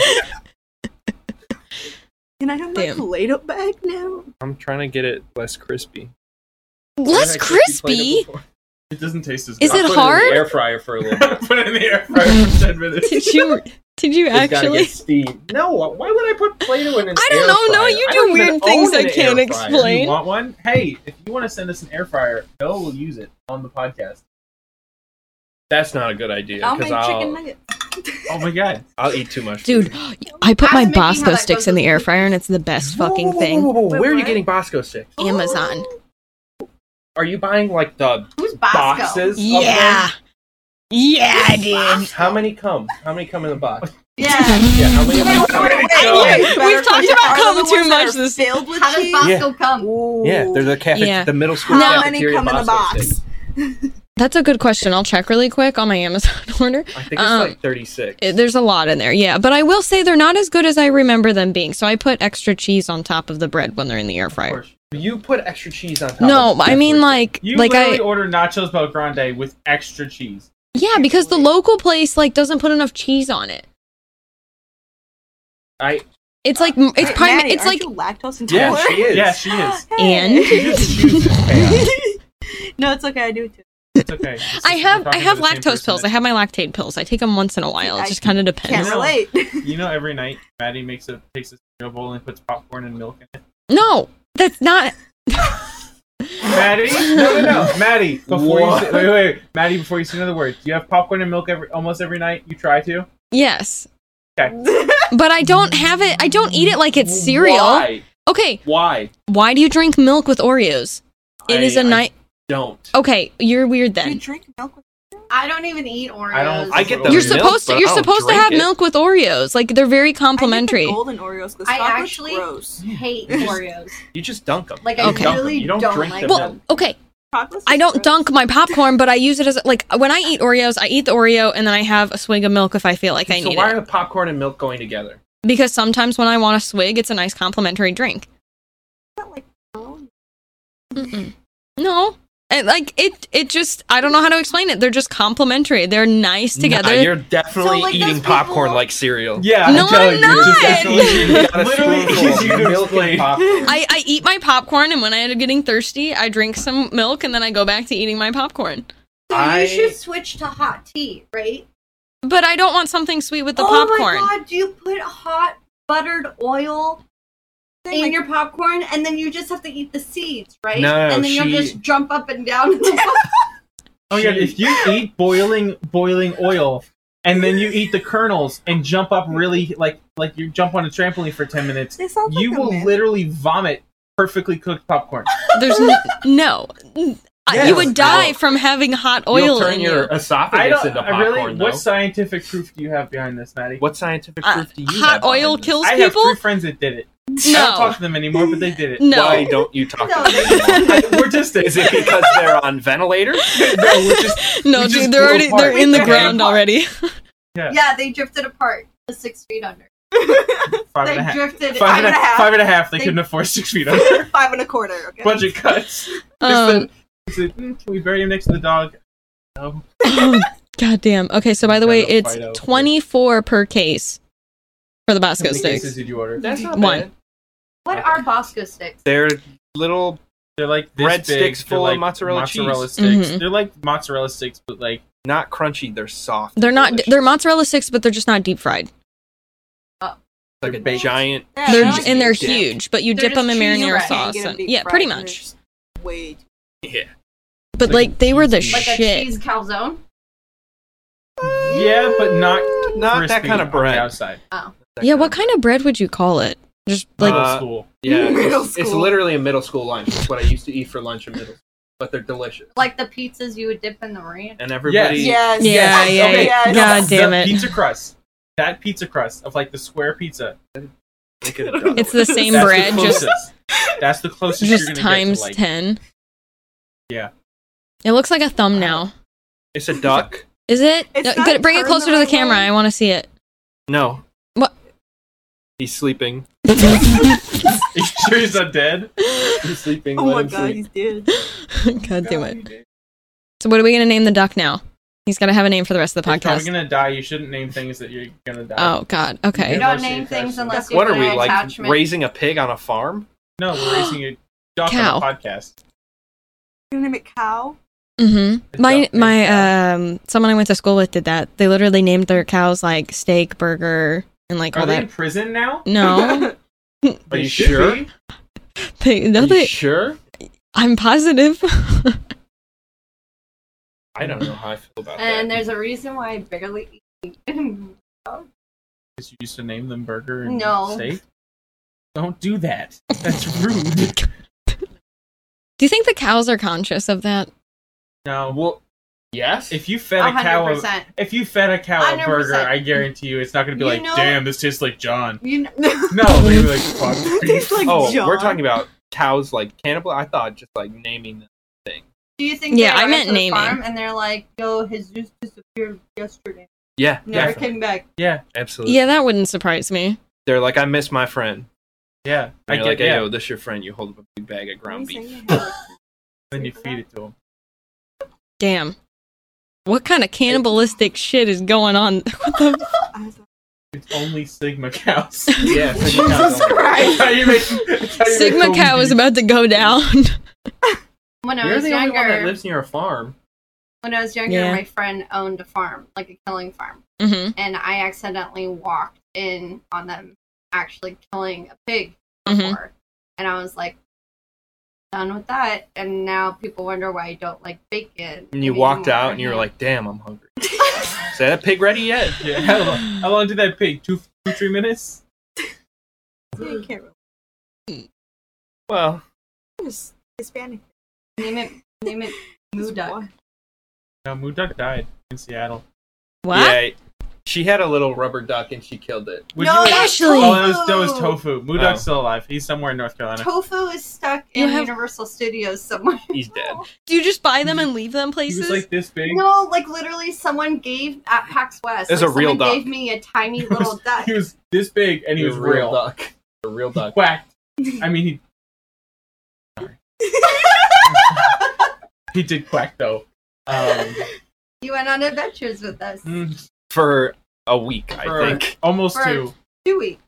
B: Can I have my
C: Damn.
B: play doh back now?
A: I'm trying to get it less crispy. I've
C: Less
A: actually played it
C: crispy.
A: before.
F: It doesn't taste as good.
C: Is
A: I
C: it
A: put in
C: hard?
A: the air fryer for a little bit.
F: [laughs] Put it in the air
C: [laughs]
F: fryer for 10 minutes.
C: Did you did you
A: It's gotta
C: actually?
A: get steamed. No, why would I put Play-Doh in an
C: I don't
A: air
C: know, no,
A: fryer?
C: you
A: I
C: do
A: don't even
C: weird things
A: own
C: I
A: an
C: can't
A: air fryer.
C: explain.
F: You want one? Hey, if you want to send us an air fryer, Noah will use it on the podcast.
A: That's not a good idea
B: I'll
A: because
B: make chicken
A: I'll,
B: nuggets.
F: Oh my god.
A: I'll eat too much.
C: Dude, I put
E: I
C: my
E: was making how
C: Bosco
E: that
C: sticks
E: goes
C: in the
E: with
C: air
E: the-
C: fryer and it's the best fucking
A: Whoa,
F: [laughs]
C: thing.
A: whoa, whoa, whoa.
B: Wait,
A: Where are you
B: what?
A: getting Bosco sticks?
C: Amazon.
A: Are you buying like the
E: Who's Bosco?
A: boxes? of them?
C: Yeah. Yeah, dude.
A: How many come? How many come in the box?
E: Yeah.
A: Yeah, how many?
B: Wait, wait, wait, wait, wait.
C: We've talked
B: Better
C: about
B: question.
C: cum
B: Are the
C: too
B: ones that
C: much
B: are
C: this-
B: Filled with
E: How does
B: cheese?
E: Bosco come?
B: Ooh.
A: Yeah, there's a cafe.
C: Yeah.
A: The middle school
B: How many
A: cafeteria
B: come in the
A: Bosco
B: box?
A: sticks.
C: That's a good question. I'll check really quick on my Amazon [laughs] order.
A: I think it's
C: Um,
A: like 36.
C: It- there's a lot in there, yeah. But I will say they're not as good as I remember them being. So I put extra cheese on top of the bread when they're in the air fryer.
A: you put extra cheese on top.
C: No,
A: of
C: I mean like
F: You
C: like
F: literally
C: I
F: order nachos Belgrande with extra cheese.
C: yeah because the local place like doesn't put enough cheese on it.
A: I-
C: it's like m- it's
B: Wait,
C: prime
B: Maddie,
C: it's like
B: aren't you lactose
A: yeah,
B: intolerant.
A: she is.
F: Yeah, she is.
A: [laughs]
C: and
B: no, it's okay. I do it too.
F: It's okay. This is-
C: I have
F: we're
C: I
F: talking
C: have
F: to the same
C: lactose
F: person.
C: pills. I have my lactate pills. I take them once in a while. It
B: I
C: just kind of depends.
B: Can't
F: No.
B: relate. [laughs]
F: You know, every night Maddie makes a takes a cereal bowl and puts popcorn and milk in it.
C: No, that's not.
F: Maddie,
A: [laughs]
F: no, no, no, Maddie. Before
A: What?
F: you say, wait, wait, wait, Maddie. Before you say another word, do you have popcorn and milk every almost every night? You try to.
C: Yes.
F: Okay.
C: But I don't have it. I don't eat it like it's cereal.
A: Why?
C: Okay.
A: Why?
C: Why do you drink milk with Oreos? It is
A: I-
C: a night.
A: Don't.
C: Okay, you're weird
B: You
C: then.
B: drink milk. with-
E: I don't even eat Oreos.
F: I don't-
A: I get the
C: You're
A: milk,
C: supposed
A: but
C: to.
A: I
C: You're
A: don't
C: supposed to
A: drink
C: have
A: it.
C: milk with Oreos. Like they're very
B: I get the
C: complimentary.
B: golden Oreos. 'cause
E: I
B: chocolate's
E: actually-
B: gross.
E: hate
A: Just-
E: Oreos.
A: You just dunk them.
E: Like
A: You
E: I
C: Okay.
A: dunk 'em.
E: really
A: You don't, drink
E: like
A: them.
E: them.
C: Well, okay.
B: Chocolate's
C: I don't
B: gross.
C: dunk my popcorn, but I use it as like when I eat Oreos, I eat the Oreo and then I have a swig of milk if I feel like I
A: so
C: need
A: why
C: it.
A: are the popcorn and milk going together?
C: Because sometimes when I want a swig, it's a nice complimentary drink.
B: Not like grown.
C: Mm-mm. No. And, like it, it just I don't know how to explain it. They're just complimentary. They're nice together.
A: Nah, you're definitely
E: So, like, those
A: eating
E: people-
A: popcorn like cereal.
F: Yeah,
C: No, I'm not.
A: You got a spoonful of
F: easy to
A: milk and
F: explain.
A: popcorn.
C: I, I eat my popcorn, and when I end up getting thirsty, I drink some milk, and then I go back to eating my popcorn.
E: So
A: I-
E: you should switch to hot tea, right?
C: But I don't want something sweet with the
E: oh
C: popcorn.
E: my god, do you put hot buttered oil in
B: Like-
E: your popcorn and then you just have to eat the seeds, right?
A: No,
E: and then
A: she-
E: you'll just jump up and down. [laughs]
F: Oh my god! If you eat boiling boiling oil, and then you eat the kernels and jump up really like like you jump on a trampoline for ten minutes,
B: They sound
F: you
B: like a
F: will
B: man.
F: literally vomit perfecally cooked popcorn.
C: There's n- no. I-
A: Yes,
C: you would die
A: no.
C: from having hot oil
A: You'll turn
C: in
A: your
C: you.
F: I
A: esophagus
F: don't.
A: into
F: I
A: popcorn,
F: really.
A: though.
F: What scientific proof do you have behind this, Maddie?
A: What scientific
C: Uh,
A: proof do you
C: hot
A: have behind
C: oil
A: this?
C: kills
F: I have
C: people.
F: three friends that did it. I don't
C: No,
F: talk to them anymore, but they did
C: [laughs]
F: it.
C: no.
A: Why don't you talk
C: [laughs]
E: [laughs] No.
A: about it?
F: I- we're just
A: Is it because they're on ventilators?
F: [laughs] No, we're
C: [laughs]
F: just
C: no,
F: we just
C: dude, they're
F: blew
C: already
F: apart.
C: they're in the
E: They're
C: ground
E: apart.
C: already.
E: yeah, they drifted apart to six feet under.
F: five and
E: They
F: a half.
E: drifted
F: Five and a half. Five and a half. They
E: They-
F: couldn't afford six feet
B: [laughs]
F: under.
B: Five and a quarter. Okay.
F: Budget cuts.
C: Um,
F: Is it, mm, can we bury him next to the dog? No.
C: [coughs] God damn. Okay, so by the
F: Kind
C: way,
F: of
C: it's
F: fight out.
C: twenty four per case for the
F: How
C: Bosco
F: many
C: steak.
F: cases did you order?
A: That's not
C: One.
A: bad.
E: What are Bosco sticks?
A: They're little
F: They're like this
A: Breadsticks
F: big,
A: full of
F: they're like
A: mozzarella
F: mozzarella
A: cheese.
F: sticks.
C: Mhm.
F: They're like mozzarella sticks, but like
A: Not crunchy, they're soft.
C: They're not.
A: Delicious.
C: They're mozzarella sticks, but they're just not deep fried.
A: It's like a giant.
C: they're
B: Yeah, they're
C: j-
B: like
C: and they're
A: deep.
C: huge, but you
E: They're
C: dip them in
E: just cheese
C: marinara
E: wrapped.
C: sauce.
B: You get 'em
C: and-
B: deep
C: yeah,
B: fried
C: pretty
B: and
C: much.
B: it's Way too-
A: Yeah.
C: But
F: like
C: like they were the
F: cheese.
E: Like a
C: shit.
E: cheese calzone.
F: yeah, but not
A: Not that
F: crispy
A: kind of
F: on the
A: bread.
F: outside.
A: That
C: Yeah,
A: kind
C: what
A: of-
C: kind of bread would you call it? Just like
F: Middle
A: Uh,
F: school.
E: [laughs]
A: Yeah,
B: Middle
A: it's, it's
B: school.
A: literally a middle school lunch. It's what I used to eat for lunch in middle school. But they're delicious.
E: Like the pizzas you would dip in the ranch.
A: And everybody.
B: Yes.
C: Yeah,
B: yes,
C: yeah, yeah.
B: okay, yes.
C: God damn
F: The
C: it.
F: Pizza crust. That pizza crust of like the square pizza.
A: make it a dollar.
C: it's the same
F: That's the
C: bread, just
F: closest. that's the closest. you're
C: just
F: gonna
C: times
F: get to, [laughs] like,
C: ten.
F: Yeah.
C: It looks like a thumb now.
A: It's a duck.
C: Is it?
B: It's
C: Uh,
B: not
C: good- bring it
B: turned
C: closer
B: the
C: to the
B: right
C: camera.
B: way.
C: I want to see it.
A: No.
C: What?
A: He's sleeping.
F: Are you sure he's not dead?
A: He's sleeping.
B: [laughs] Oh
A: let
B: my
A: him
B: god,
A: sleep.
B: he's dead.
C: [laughs] God damn it. So what are we gonna name the duck now? He's gotta have a name for the rest of the
F: If you're
C: podcast.
F: gonna die. You shouldn't name things that you're gonna die.
C: Oh God.
E: You
C: Okay.
F: Yeah.
E: don't
F: Divorce
E: name
F: you
E: things
F: first.
E: unless you
A: What
E: have
A: are we
E: an
A: like
E: attachment.
A: raising a pig on a farm?
F: No, we're raising a duck
C: Cow.
F: on a podcast.
B: You're gonna name it
C: [laughs]
B: cow? [laughs]
C: hmm
F: The
C: My
F: duck named
C: my um someone I went to school with did that. They literally named their cows like steak, burger, and like
F: Are
C: all
F: they in
C: that.
F: prison now?
C: [laughs]
F: [laughs]
C: No,
A: Are
F: They
A: you
F: should
A: sure?
F: be.
C: they,
A: Are
C: no,
A: you
C: they.
A: sure?
C: I'm positive. [laughs]
A: I don't know how I feel about
E: And
A: that.
E: there's a reason why I barely eat. [laughs]
F: Because you used to name them burger and
E: No.
F: steak. Don't do that. That's rude.
C: Do you think the cows are conscious of that?
F: No.
A: Well, yes.
B: [laughs]
F: If you fed a cow, a,
E: 100%.
F: if you fed a cow a burger,
E: 100%.
F: I guarantee you, it's not going to be
E: You
F: like,
E: know-
F: "Damn, this tastes like John."
E: You know,
F: No, they were like, "Fuck."
B: Tastes like
A: oh,
B: John.
A: we're talking about cows like cannibal. I thought just like naming them.
E: do you think
C: Yeah, I
E: they arrived
C: meant
E: to the
C: naming.
E: farm and they're like, yo, Jesus disappeared yesterday.
A: Yeah,
E: Never
A: definitely.
E: came back.
F: yeah,
A: absolutely.
C: Yeah, that wouldn't surprise me.
A: They're like, I miss my friend.
F: yeah. I
A: And
F: get
A: you're like, hey,
F: yeah.
A: yo, this your friend. You hold up a big bag of ground
B: What are you
A: beef.
B: saying? Like,
F: Then you feed it to them.
C: Damn. What kind of cannibalistic shit is going
F: [laughs]
C: on? What the-
B: I was like,
F: It's only Sigma cows. [laughs]
B: [laughs]
A: yeah, so you
B: Jesus
A: kinda-
B: Christ!
F: How you make- how you
C: [laughs] Sigma
F: make
C: cow is
F: homemade-
C: about to go down. [laughs]
E: When I
A: You're
E: was
A: the only one that
E: younger,
A: lives near a farm.
E: when I was younger,
C: Yeah.
E: my friend owned a farm, like a killing farm,
C: hmm
E: and I accidentally walked in on them actually killing a pig
C: Mhm.
E: before, and I was like, done with that. And now people wonder why I don't like bacon.
A: And you
E: anymore.
A: walked out, and you were like, "Damn, I'm
B: [laughs]
A: hungry." Is that a pig ready yet?
F: [laughs] Yeah, how, long, how long did that pig? Two, two, three minutes.
B: yeah, you can't really.
A: Well,
B: Just Hispanic.
E: name it,
A: [laughs]
E: name it, moo duck.
F: No, Moo Duck died in Seattle.
C: What?
A: yeah. She had a little rubber duck, and she killed it.
F: Would
B: No,
F: you like-
C: Ashley!
F: Oh, that was, that was tofu. Moo Duck's
A: Oh.
F: still alive. He's somewhere in North Carolina.
E: Tofu is stuck
C: You
E: in
C: have-
E: Universal Studios somewhere.
A: He's dead.
C: Do you just buy them and leave them
F: He
C: places?
F: was like this big.
E: No, like literally, someone gave at PAX West.
A: It's
E: like,
A: a real
E: someone
A: duck.
E: Gave me a tiny
A: [laughs]
E: little duck.
F: He was this big, and he was
A: a
F: real.
A: duck. A real duck.
E: [laughs]
F: Whacked. I mean, he. he did quack though. Um,
E: You went on adventures with us.
F: mm,
A: [laughs] for a week, I
F: for
A: think.
F: almost
E: For-
F: two.
E: Two weeks.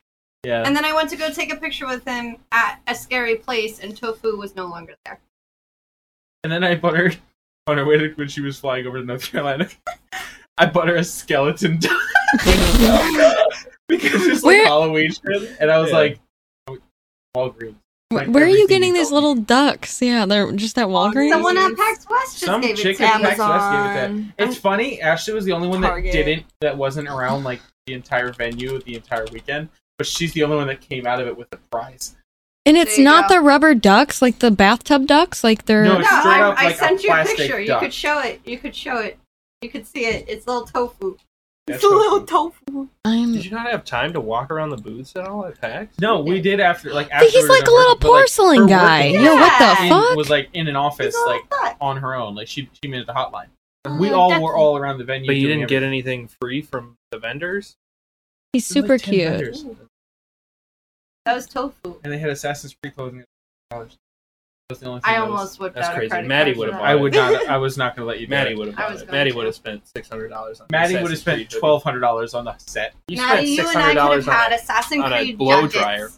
F: Yeah.
E: And then I went to go take a picture with him at a scary place, and Tofu was no longer there.
F: And then I bought her on her way to, when she was flying over to North Carolina. [laughs] I bought her a skeleton [laughs] duck because it's like
C: Where-
F: Halloween shit, and I was
A: Yeah.
F: like, Walgreens.
C: Wh-
F: like
C: Where are you
F: everything
C: getting these
F: is open.
C: little ducks? Yeah, they're just at Walgreens.
E: Someone at PAX West just
F: Some
E: gave it
F: chick
E: to
F: at
E: me.
F: Pax West gave it that.
B: Amazon.
F: It's funny. Ashley was the only one that
B: Target.
F: didn't, that wasn't around like the entire venue the entire weekend. But she's the only one that came out of it with the prize.
C: and it's
E: There you
C: not
E: go.
C: the rubber ducks, like the bathtub ducks, like they're.
F: No,
E: No,
F: It's straight
E: I,
F: up
E: I
F: like a
E: sent you a
F: plastic
E: picture. You
F: duck.
E: could show it. You could show it. You could see it. It's little Tofu.
B: It's
F: That's
B: a
F: so
B: little
F: cool.
B: tofu.
C: I'm.
A: Did you not have time to walk around the booths at all at PAX?
F: No, we did after like
C: I
F: after.
C: think he's
F: we were
C: like a
F: done
C: little
F: working, but, like, her
C: porcelain
F: working
C: guy. Yeah, what the
E: Yeah.
F: team
C: fuck?
F: Was like in an office,
E: It's a
F: like
E: little duck.
F: on her own. Like she she managed the hotline.
E: Oh,
F: We all
E: definitely.
F: were all around the venue.
A: But you
F: doing
A: didn't get anything free from the vendors?
C: He's
F: There's
C: super
F: like 10
C: cute.
F: vendors,
E: That was Tofu.
F: And they had Assassin's Creed clothing. That was the only thing
E: I
F: that was-
E: almost whipped
A: that's
E: out
A: crazy.
E: a credit
A: Maddie
E: card for
A: would've
E: that.
A: bought
F: [laughs] I would not.
E: [laughs]
F: I was not going to let you. do
A: Maddie
F: it.
A: would have
E: I
A: bought
E: was
A: it.
E: going
A: Maddie
E: to.
A: would have spent six hundred dollars on
F: Maddie
A: Assassin's
F: would
A: Creed,
F: have spent
A: wouldn't
F: twelve hundred dollars on the set.
A: You
E: Maddie,
A: spent
E: you
A: six
E: and I
A: hundred
E: could have
A: dollars on
E: had
A: it.
E: Assassin's
A: on a
E: Creed
A: blow
E: jackets.
A: dryer.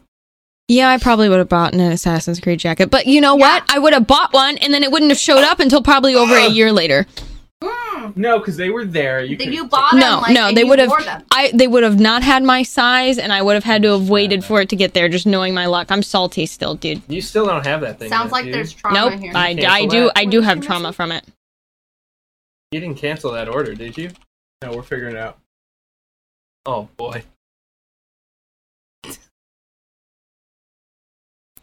C: Yeah, I probably would have bought an Assassin's Creed jacket, but you know what? I would have bought one, and then it wouldn't have showed up until probably over
E: [gasps]
C: a year later.
E: Mm.
F: No, because they were there. You
E: Then
F: could-
E: you bought them,
C: No,
E: like,
C: no,
E: and
C: they
E: you
C: would have.
E: wore them.
C: I they would have not had my size, and I would have had to have waited for it to get there. Just knowing my luck, I'm salty still, dude.
A: You still don't have that thing.
E: Sounds
A: yet,
E: like
A: do you?
E: there's trauma
C: nope,
E: here.
C: I,
A: Cancel
C: I do
A: that.
C: I do have trauma from it.
A: You didn't cancel that order, did you?
F: No, we're figuring it out.
A: Oh boy.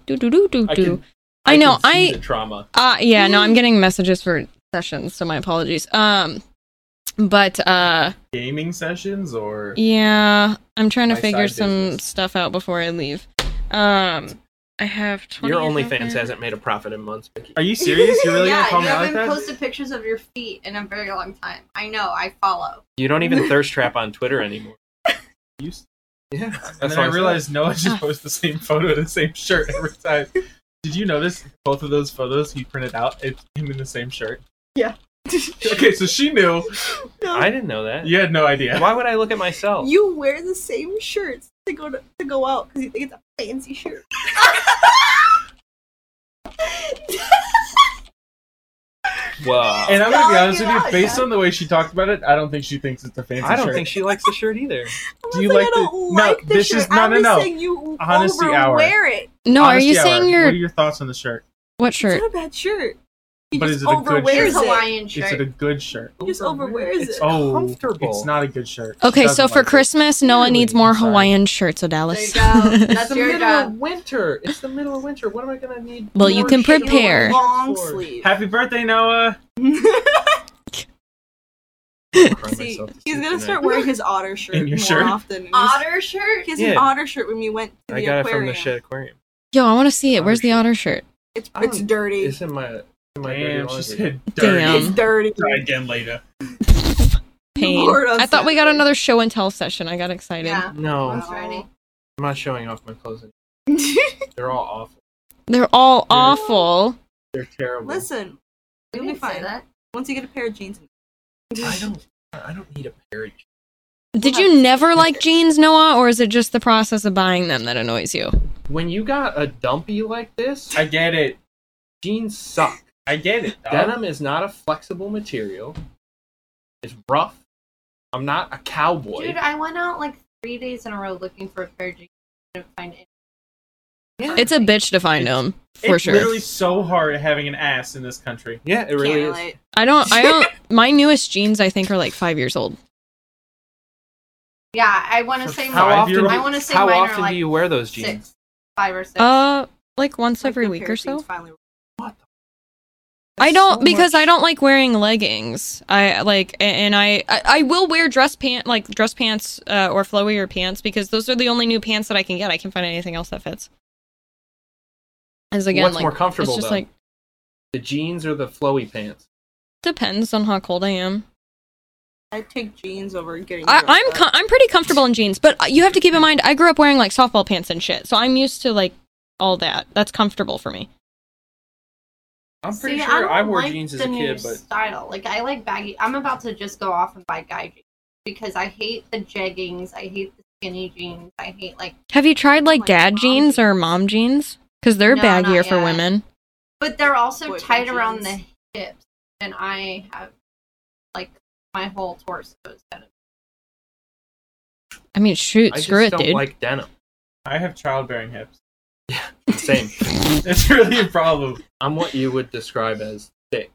C: Do do do do
A: I
C: do.
A: can-
C: I, know.
A: can see
C: I
A: the trauma.
C: Uh yeah, no, I'm getting messages for sessions, so my apologies. Um but uh
F: Gaming sessions or
C: yeah, I'm trying to
F: My
C: figure
F: side
C: some
F: business.
C: stuff out before I leave. Um I have 20
A: Your
C: is out
A: OnlyFans
C: there.
A: hasn't made a profit in months, Vicky.
F: Are you serious? You're really
E: [laughs]
F: gonna
E: yeah,
F: call
E: you
F: me out like
E: haven't
F: that?
E: posted pictures of your feet in a very long time. I know. I follow.
A: You don't even thirst trap on Twitter anymore.
F: You-
A: Yeah.
F: and then
A: what
F: I
A: I'm
F: realized
C: [laughs]
F: Noah just posts the same photo in the same shirt every time. Did you notice both of those photos he printed out? It's him in the
A: [laughs]
F: same shirt.
B: Yeah. [laughs]
F: okay, so she knew.
A: saying. I didn't know that.
F: You had no idea.
A: Why would I look at
E: Oh.
A: myself?
B: You wear the same shirts to go to, to go out because you think it's a fancy
E: [laughs]
B: shirt.
A: Wow.
F: And I'm gonna be
B: Oh,
F: honest with you,
B: yeah.
F: based on the way she talked about it, I don't think she thinks it's a fancy
A: I don't
F: shirt.
A: think she likes the shirt either.
B: I'm
F: Do
B: not
F: you
B: saying
F: like
B: I
F: the-
B: don't
F: No,
B: like the
F: this
B: shirt.
F: is- no,
B: I'm
F: no,
B: just
F: no.
B: saying you
F: Honesty hour.
B: overwear it.
C: No, are
F: Honesty
C: you
F: hour,
C: saying
F: What
C: your
F: are your thoughts on the shirt?
C: what shirt?
B: It's not a bad shirt. He
F: But
B: just
F: is it a good
B: overwears
E: Here's
F: shirt?
B: it.
E: Hawaiian
F: Is it [laughs]
E: shirt.
F: a good shirt?
B: He just overwears it.
A: It's
F: Oh,
A: comfortable.
F: It's not a good shirt. She
C: Okay, so
F: doesn't
C: for
F: like it.
C: Christmas, Noah
F: Really?
C: needs more
F: I'm sorry.
C: Hawaiian shirts, Odalis.
E: There you go.
A: It's
E: That's
A: the
E: your
A: middle
E: job.
A: of winter. It's the middle of winter. What am I gonna need?
C: Well, you
A: more
C: can
A: shit
C: prepare.
A: for? [laughs]
B: Long sleeve. [laughs]
F: Happy birthday,
A: Cry
F: Noah!
B: See,
A: myself to
B: he's
A: sleep
B: gonna
A: tonight.
B: start wearing his otter shirt
F: In your
B: more
F: shirt?
B: often. He's-
E: Otter shirt?
B: He has an
A: Yeah.
B: otter shirt when we went to the
A: I got it from
B: aquarium.
A: the shit aquarium.
C: [laughs] Yo, I want to see it.
A: Otter
C: Where's the
A: shirt.
C: otter shirt?
B: It's
A: I
E: Oh.
B: it's
A: don't-
B: dirty.
A: It's in my
F: Oh
A: in my dirty
F: Damn, she
A: laundry.
F: said
C: Damn.
F: dirty.
B: It's dirty.
F: Try again later.
C: Pain.
B: Lord, I'm
C: I thought we got
B: sorry.
C: another show and tell session. I got excited.
E: Yeah.
A: No,
E: Wow.
A: I'm not showing off my clothes.
E: [laughs]
A: They're all awful.
C: They're all awful.
A: They're terrible.
B: Listen,
E: You'll be fine. That.
B: once you get a pair of jeans,
A: I don't. I don't need a pair. of jeans.
C: Did you never like jeans, Noah, or is it just the process of buying them that annoys you?
A: When you got a dumpy like this,
F: I get it.
A: jeans suck.
F: I get it. dog.
A: Denim is not a flexible material. It's rough. I'm not a cowboy.
E: Dude, I went out like three days in a row looking for a pair of jeans. I didn't find it.
C: It's a bitch to find them for
F: it's
C: sure.
F: literally so hard having an ass in this country.
A: yeah, it really
B: can't
A: is.
B: relate.
C: I don't. I don't. my newest jeans, I think, are like five years old.
E: Yeah, I want to
F: For
E: say
A: How
F: Five
E: mine.
A: often?
F: year old-
E: I want to say
A: how
E: mine
A: often
E: are like
A: do you wear those jeans?
E: six, five or six.
C: Uh, like once
B: Like,
C: every
B: the
C: week
B: pair
C: or
B: of jeans
C: so.
B: finally-
C: I
A: That's
C: don't
A: so
C: because
A: much-
C: I don't like wearing leggings. I like a- and I I, I will wear dress pant like dress pants uh, or flowier pants because those are the only new pants that I can get. I can't find anything else that fits. As again,
A: What's
C: like
A: more comfortable
C: it's just
A: though?
C: like
A: the jeans or the flowy pants?
C: depends on how cold I am.
B: I take jeans over getting.
C: I,
B: dressed
C: I'm
B: up.
C: com- I'm pretty comfortable in jeans, but you have to keep in mind I grew up wearing like softball pants and shit, so I'm used to like all that. That's comfortable for me.
F: I'm pretty
E: See,
F: sure
E: don't
F: I, wore
E: like
F: jeans as
E: the
F: a
E: new
F: kid, but
E: style. Like I like baggy. I'm about to just go off and buy guy jeans because I hate the jeggings. I hate the skinny jeans. I hate like,
C: Have you tried like
E: Like
C: dad
E: mom
C: jeans or mom jeans? Because they're
E: No, not
C: baggier for
E: yet.
C: women.
E: but they're also
B: Boyfriend
E: tight around the
B: jeans.
E: hips, and I have like my whole torso is kind of.
C: I mean, shoot,
A: I
C: screw
A: just
C: it,
A: don't
C: dude.
A: like denim.
F: I have childbearing hips. [laughs]
A: [laughs] Same.
F: It's really a problem
A: I'm what you would describe as thick.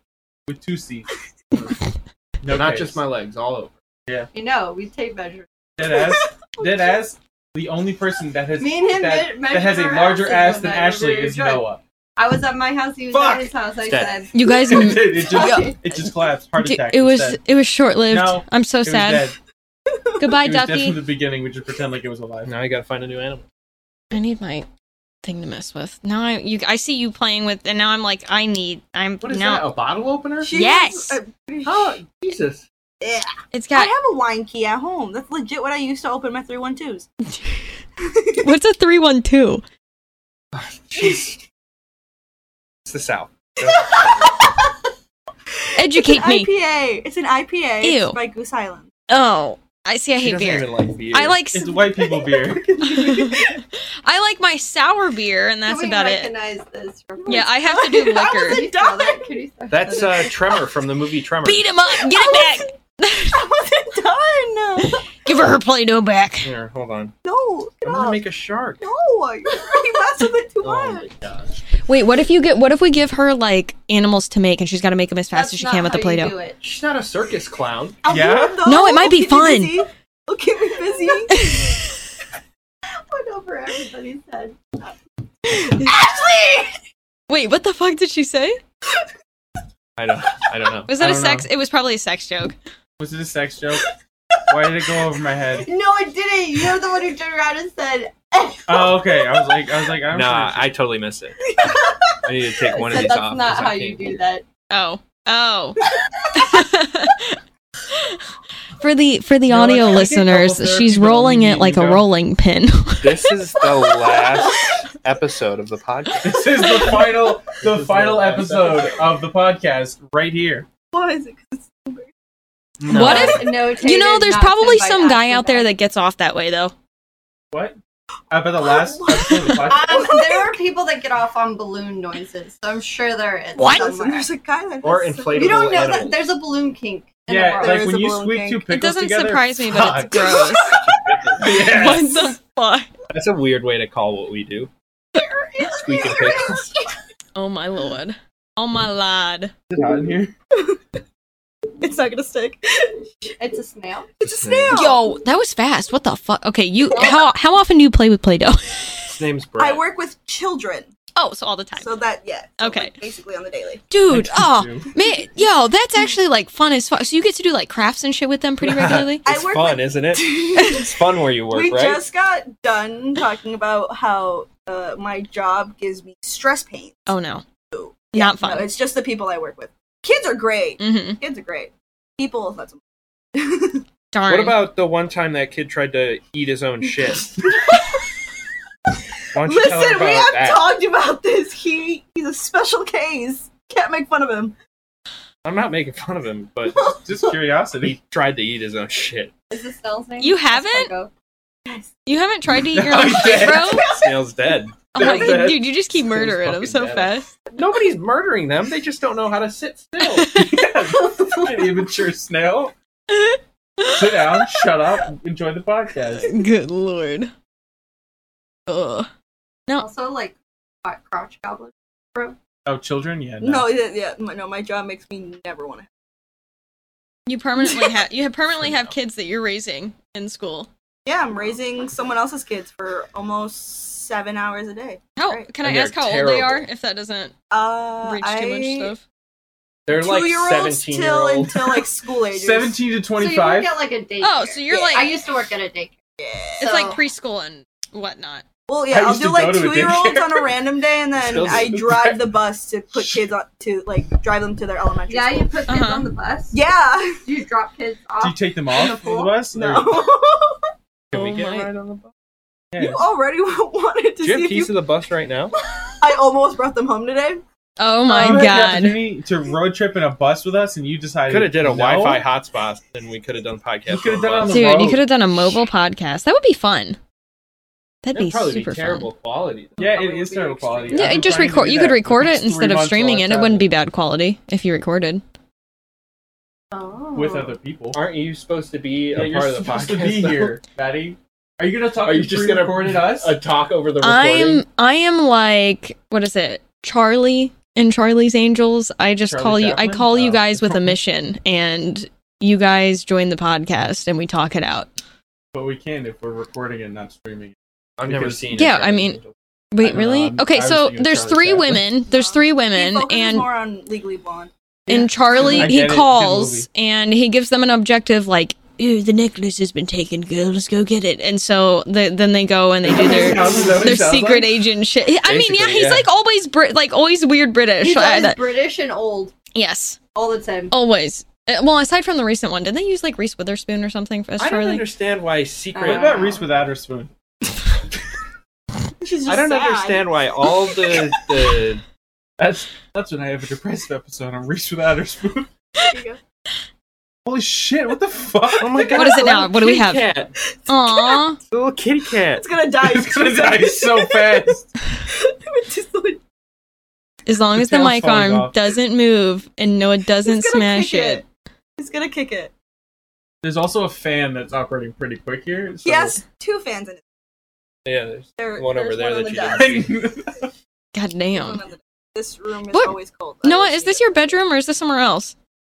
F: with two C's.
A: But
F: No,
A: Not
F: case.
A: just my legs, all over.
E: You know, we take measures.
F: dead ass. Dead ass. The only person that has
E: Me and him
F: that, that
E: me- measured
F: has a
E: our
F: larger ass
E: asses one
F: than
E: night when we
F: Ashley
E: were
F: is
E: drunk.
F: Noah.
E: I was at my house. He was
F: Fuck!
E: at his house. I
A: Dead.
E: said,
C: You
F: [laughs]
C: guys,
F: it, did, it just
C: Yeah.
F: it just collapsed. Heart
C: d-
F: attack.
C: it was
F: instead.
C: it was short lived.
F: No,
C: I'm so
F: it was
C: sad.
F: dead.
C: [laughs] Goodbye,
F: It was dead from
C: Ducky.
F: the beginning. We just pretend like it was alive.
A: Now I gotta find a new animal.
C: I need my thing to mess with. Now I you I see you playing with, and now I'm like I need I'm
A: What is that?
C: now
A: A bottle opener?
B: She
C: Yes!
B: has a-
C: [gasps]
A: Oh, Jesus.
C: it's
B: I
C: got
B: have a wine key at home. That's legit what I used to open my 312s.
C: what's a three one two?
A: Jeez. It's the South.
C: Educate me.
B: IPA. It's an IPA.
C: Ew.
B: It's by Goose Island. [laughs]
C: Oh,
K: I see. I
A: She
K: hate
A: doesn't
K: beer.
A: even like beer.
K: I like.
F: It's white people beer.
K: [laughs] I like my sour beer, and that's
E: Can we
K: about it.
E: recognize This from-
K: Yeah, I
C: [laughs]
K: have to do
B: I was
K: liquor.
B: a-
E: You saw that? Can you stop
A: That's
E: that?
A: uh, Tremor from the movie Tremor.
K: Beat him up. Get it back.
B: I wasn't done.
K: Give her her Play-Doh back.
A: Here, hold on.
B: No, get
A: I'm gonna
B: off.
A: make a shark.
B: no, you're you messed with it too
A: [laughs] Oh
B: much.
A: my gosh.
C: Wait, what if you get? What if we give her like animals to make, and she's got to make them as fast
E: That's
C: as she
E: not
C: can with
E: how
C: the
E: you
C: Play-Doh?
E: do it.
A: She's not a circus clown.
B: I'll do
F: Yeah?
B: though.
C: No, it might be
B: Look at
C: fun.
B: me busy. Look at me
C: [laughs]
B: busy. [laughs]
E: Went over everybody's head.
K: Wait, what the fuck did she say?
A: I don't. I don't know.
K: Was that
F: I
K: a
F: don't
K: sex? It was probably a sex joke.
F: Was it a sex joke? Why did it go over my
B: [laughs]
F: head?
E: No, it didn't. You're the one who turned around and said,
F: Oh, okay. I was like, I was like,
A: [laughs]
F: I'm
A: Nah,
F: pretty
A: I totally missed [laughs] it. I need to take one of
E: said
A: these
E: that's
A: off.
E: not
A: 'cause I
E: how you
A: can't
E: do
A: hear.
E: that.
K: Oh, oh.
C: For the for the
F: You know what,
C: audio
F: I think
C: listeners,
F: bubble therapy
C: she's
F: probably
C: rolling
F: needs
C: it like
F: to
C: a
F: go.
C: rolling pin.
A: This is the last episode of the podcast.
F: This is the final,
A: This
F: the
A: is
F: final
A: the last
F: episode
A: episode.
F: of the podcast right here.
B: Why is it?
C: What if-
E: No,
K: you know, there's probably some guy out there that gets off that way though.
F: What? I bet the last episode of the
E: [laughs]
F: podcast.
E: Um,
K: [laughs]
E: there are people that get off on balloon noises, so I'm sure there is.
K: What?
E: somewhere.
B: There's a guy that
A: Or
B: does-
A: inflatable
E: You don't know
A: animals.
E: that there's a balloon kink. In
F: Yeah,
E: the world.
B: There
F: like
B: is
F: when
B: a
F: you
B: balloon
F: squeak
B: cake.
F: two
B: It
F: pickles
K: It doesn't
F: together,
K: surprise me, but
F: fuck.
K: it's gross.
F: Yeah.
K: What [laughs] the fuck?
A: That's a weird way to call what we do. Squeaking
B: [laughs]
A: pickles.
K: Oh my lord. Oh my lord.
F: Is it hot in here?
B: It's not gonna stick.
E: It's a snail.
B: It's a
A: Hmm.
B: snail.
C: Yo, that was fast. What the fuck? Okay, you how how often do you play with Play-Doh? [laughs]
A: His name's
B: I
A: Brett.
B: work with children,
K: Oh, so all the time.
B: so that yeah. so,
K: Okay.
B: like, basically on the daily.
F: [laughs]
C: Dude,
F: I
C: oh
F: do too.
C: man, yo, that's actually like fun as fuck. So you get to do like crafts and shit with them pretty regularly.
B: I
A: It's
B: work
A: fun,
B: with-
A: isn't it? It's fun where you work,
B: [laughs] [laughs] we
A: right?
B: just got done talking about how uh, my job gives me stress pain.
C: Oh no.
B: Yeah,
K: Not fun.
B: No, it's just the people I work with. Kids are great.
K: Mm-hmm.
B: Kids are great. People, that's
K: Darn.
A: What about the one time that kid tried to eat his own shit? Why don't you tell her
B: Listen,
A: about
B: we have
A: that?
B: talked about this. He he's a special case. Can't make fun of him.
A: I'm not making fun of him, but
F: Just
A: [laughs]
F: curiosity.
A: he tried to eat his own shit.
E: Is the snail's name?
K: You haven't?
E: Go.
K: You haven't tried to
A: [laughs]
K: eat your
F: No,
K: own
F: I
K: shit, bro?
F: didn't.
A: Snail's dead.
K: Oh my
A: Oh, That's-
K: dude, you just keep
A: that's
K: murdering them
A: fucking
K: so
A: bad.
K: fast.
A: Nobody's murdering them. They just don't know how to sit still.
F: An immature snail.
K: [laughs]
F: Sit down, shut up, enjoy
C: [laughs]
F: the podcast.
K: Good lord. Ugh.
E: Also, like, hot crotch goblin.
F: Oh, children? Yeah. No.
B: No, yeah, yeah, my- no, my job makes me never want to.
K: You permanently
A: [laughs]
K: have you permanently have kids that you're raising in school.
B: Yeah, I'm raising someone else's kids for almost seven hours a day.
K: How
B: Right.
K: can I
A: And they're
K: ask how old they are?
A: terrible.
K: If that doesn't
B: Uh,
K: breach
B: I,
K: too much stuff.
A: They're like
B: two-year-olds
A: 17 year
B: till
A: olds.
B: until
F: [laughs]
B: like school age.
F: 17 to
E: So you work
F: 25.
E: at like a daycare.
K: Oh, so you're
B: Yeah,
K: like
E: I used to work at a daycare.
K: it's like
E: so-
K: preschool and whatnot.
B: Well,
F: I
B: yeah, I'll
F: used
B: do
F: to go
B: like
F: to a
B: two year olds
F: daycare.
B: on a random day, and then
A: Still
B: I
A: do.
F: [laughs]
B: drive the bus to put kids on to like drive them to their elementary.
E: Yeah, you
B: school.
E: put kids
K: Uh-huh.
E: on the bus.
B: yeah.
E: Do you drop kids
F: Do you
E: off?
F: take them
E: Oh. In the
F: off
E: pool?
F: the
E: Oh
F: bus? [laughs] Or-
B: No, [laughs]
A: Can we
K: Oh
A: get
K: my-
A: right on the bus?
F: Yeah.
B: you already [laughs] wanted to
A: Do you
B: see
A: have
B: if you
A: keys to the bus right now?
B: I almost brought them home today.
K: Oh
C: [laughs]
K: my
F: You had the
K: god.
F: opportunity to road trip in a bus with us, and you decided.
A: Could have did a
F: no?
A: Wi-Fi hotspot, and we could have done podcast.
F: You coulda
A: on
F: done it on
A: bus.
F: the
C: Dude, you
F: road.
C: could have done a mobile podcast. That would be fun. That'd be
A: It'd probably
C: super
A: be
C: fun.
A: terrible quality. though.
F: Yeah, it is terrible quality.
C: Yeah,
F: I've
C: it
F: been
C: just
F: trying to
C: record.
F: do
C: You
F: that
C: could
F: for
C: record
F: like
C: it
F: three
C: instead of
F: months
C: streaming
F: while I
C: it. It wouldn't be
F: traveled
C: bad quality if you recorded.
E: Oh.
F: with other people.
A: Aren't you supposed to be
F: Yeah,
A: a
F: you're
A: part of the
F: supposed
A: podcast?
F: to be
A: though?
F: here, Maddie. Are you gonna
A: [laughs]
F: talk?
A: Are you just gonna
F: record us?
A: A talk over the recording.
C: I'm I am like what is it? Charlie in Charlie's Angels. I just
F: Charlie
C: call you I
F: Chaplin?
C: call you
F: Oh.
C: guys
F: [laughs]
C: with a mission and you guys join the podcast and we talk it out.
F: but we can if we're recording and not streaming.
A: I've
F: Because-
A: never seen.
C: Yeah,
A: it.
C: I mean-
F: I
C: Wait,
F: don't
C: really?
F: know, I'm-
C: okay,
F: I was
C: so
F: thinking of
C: there's
F: Charlie
C: three
F: Chaplin.
C: women. There's
F: [laughs]
C: three women
B: he focuses
C: and
B: more on Legally Blonde.
C: and Charlie
F: I
C: he
F: get it, good
C: calls
F: movie.
C: and he gives them an objective like Ew, the necklace has been taken, girl. Let's go get it. And so the, then they go and they do their
F: Sounds as though he
C: their
F: sounds
C: secret
F: like-
C: agent shit. I mean, yeah,
A: Basically,
C: he's
A: yeah.
C: like always Brit, like always weird British.
E: He's
C: Uh,
E: always
C: that-
E: British and old
C: yes.
E: all the time.
C: Always. Uh, Well, aside from the recent one, did they use like Reese Witherspoon or something for as
A: I don't
C: Charlie?
A: understand why
F: What
A: secret.
E: Uh,
F: about Reese without her spoon?
B: She's just
A: I don't
B: sad.
A: understand why all the [laughs] the
F: That's that's when I have a depressive episode on Reese without her spoon.
B: There you go.
F: Holy shit! What the fuck?
A: Oh [laughs] my god!
C: What is it now? What do we
A: Kitty
C: have?
A: Cat. It's
C: Aw.
A: a little kitty cat.
B: It's gonna die.
F: [laughs] It's gonna die so fast.
B: [laughs] It's just like-
C: As long
F: The
C: as the
F: tail's
C: mic
F: falling
C: arm
F: off.
C: doesn't move and Noah doesn't
B: He's gonna
C: smash
B: kick
C: it.
B: it. He's gonna kick it.
F: There's also a fan that's operating pretty quick here. So. [laughs]
B: He has two fans in it.
A: Yeah, there's
B: There,
A: one over
B: there's
A: there that
B: on the
A: you
B: desk.
A: didn't see.
F: [laughs]
C: God
B: There's one
E: Oh,
C: damn.
B: on the- This room is
C: What?
B: always cold. I
C: Noah,
B: don't
C: is
B: see
C: this
B: it.
C: your bedroom or is this somewhere else?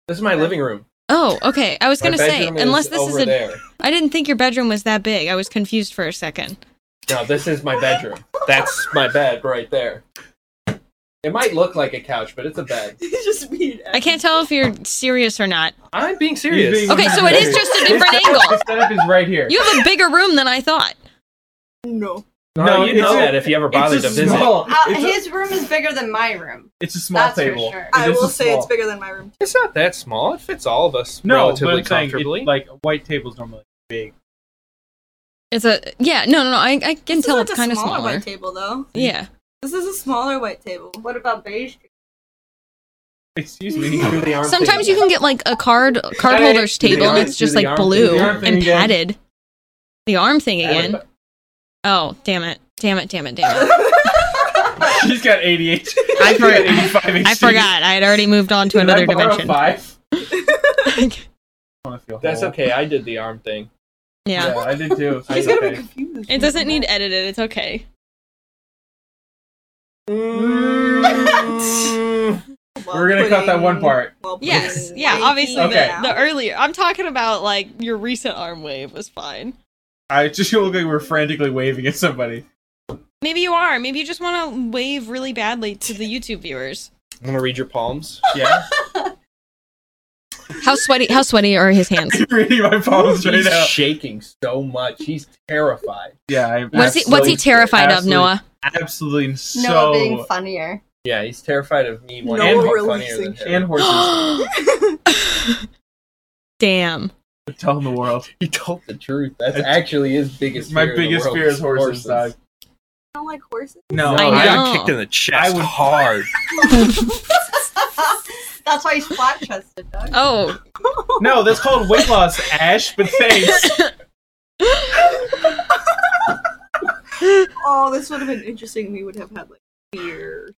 A: This is my living room.
C: Oh, okay. I was
A: My
C: gonna say,
A: bedroom
C: unless this is
A: over
C: a,
A: there.
C: I didn't think your bedroom was that big. I was confused for a second.
A: No, this is my bedroom. That's my bed right there. It might look like a couch, but it's a bed.
B: [laughs] He's just mean.
C: I can't tell if you're serious or not.
A: I'm being serious.
F: He's being-
C: Okay, so it is just a
F: [laughs]
C: different angle.
F: The setup is right here.
C: You have a bigger room than I thought.
B: No.
A: no,
F: No,
A: you
F: it's
A: know
F: a-
A: that if you ever bothered
F: It's
A: to
F: a
A: visit.
F: small.
E: Uh,
F: It's a,
E: his room is bigger than my room.
F: it's a small
E: That's for
F: table.
E: sure.
F: It
B: I
F: is
B: will
F: a
B: say it's
F: small-
B: bigger than my room.
A: It's not that small. It fits all of us
F: No,
A: relatively
F: but I'm saying
A: comfortably.
F: it, like white tables normally big.
C: It's a yeah. No, no, no. I, I can
B: This
C: tell
B: isn't
C: it's
B: a
C: kind of
B: smaller
C: smaller.
B: white table though.
C: Yeah.
B: This is a smaller white table.
E: What about beige?
F: Excuse me.
C: [laughs]
F: [laughs]
A: Do the arm
C: Sometimes
A: thing.
C: you can get like a card card
A: Hey,
C: holders
A: do the
C: table and
A: arm-
C: it's
A: do
C: just
A: the
C: like
A: arm
C: blue
A: thing, do the
F: arm thing
C: and
F: again.
C: padded. The arm thing again. Oh, damn it. Damn it, damn
A: [laughs]
C: it, damn it.
F: She's got ADHD.
C: I
F: She's got
C: forgot.
F: 85
C: I
F: issues.
C: forgot. I had already moved on to
F: Can
C: another
F: I borrow
C: dimension.
F: Five.
A: That's okay. I did the arm thing.
C: [laughs] yeah.
F: I
C: [laughs]
F: did too.
A: She's
F: I-
A: gonna
F: okay.
B: confused.
K: It doesn't need edited. It's okay.
F: We're gonna cut that one part.
K: Yes. Yeah. Obviously,
F: Okay.
K: the, the earlier. I'm talking about like your recent arm wave was fine.
F: I just look like we're frantically waving at somebody. [laughs]
K: Maybe you are. Maybe you just want to wave really badly to the YouTube viewers.
A: I'm gonna read your palms.
F: Yeah,
C: [laughs] How sweaty how sweaty are his hands?
F: reading my palms right
A: He's
F: now.
A: shaking so much. He's terrified.
F: Yeah, I
C: What's he what's he
F: absolutely-
C: terrified of,
F: absolutely-
C: Noah?
F: Absolutely
E: No,
F: so.
E: being funnier.
A: Yeah, he's terrified of me. more
B: No
A: than-
B: releasing
A: funnier than him.
F: and horses.
B: [gasps]
C: Damn.
F: Telling the world.
A: He told the truth. That's
F: It's-
A: actually his biggest.
F: My
A: fear in the
F: biggest
A: world
F: fear is horses, dog.
B: I don't like horses.
F: No,
C: I
A: I
C: know.
A: got kicked in the chest.
F: I
A: [laughs]
F: would-
A: hard.
E: That's why he's flat chested, Doug.
C: Oh.
F: no, that's called weight loss, Ash.
B: [laughs]
F: But thanks.
B: Oh, this would have been interesting. We would have had like beer.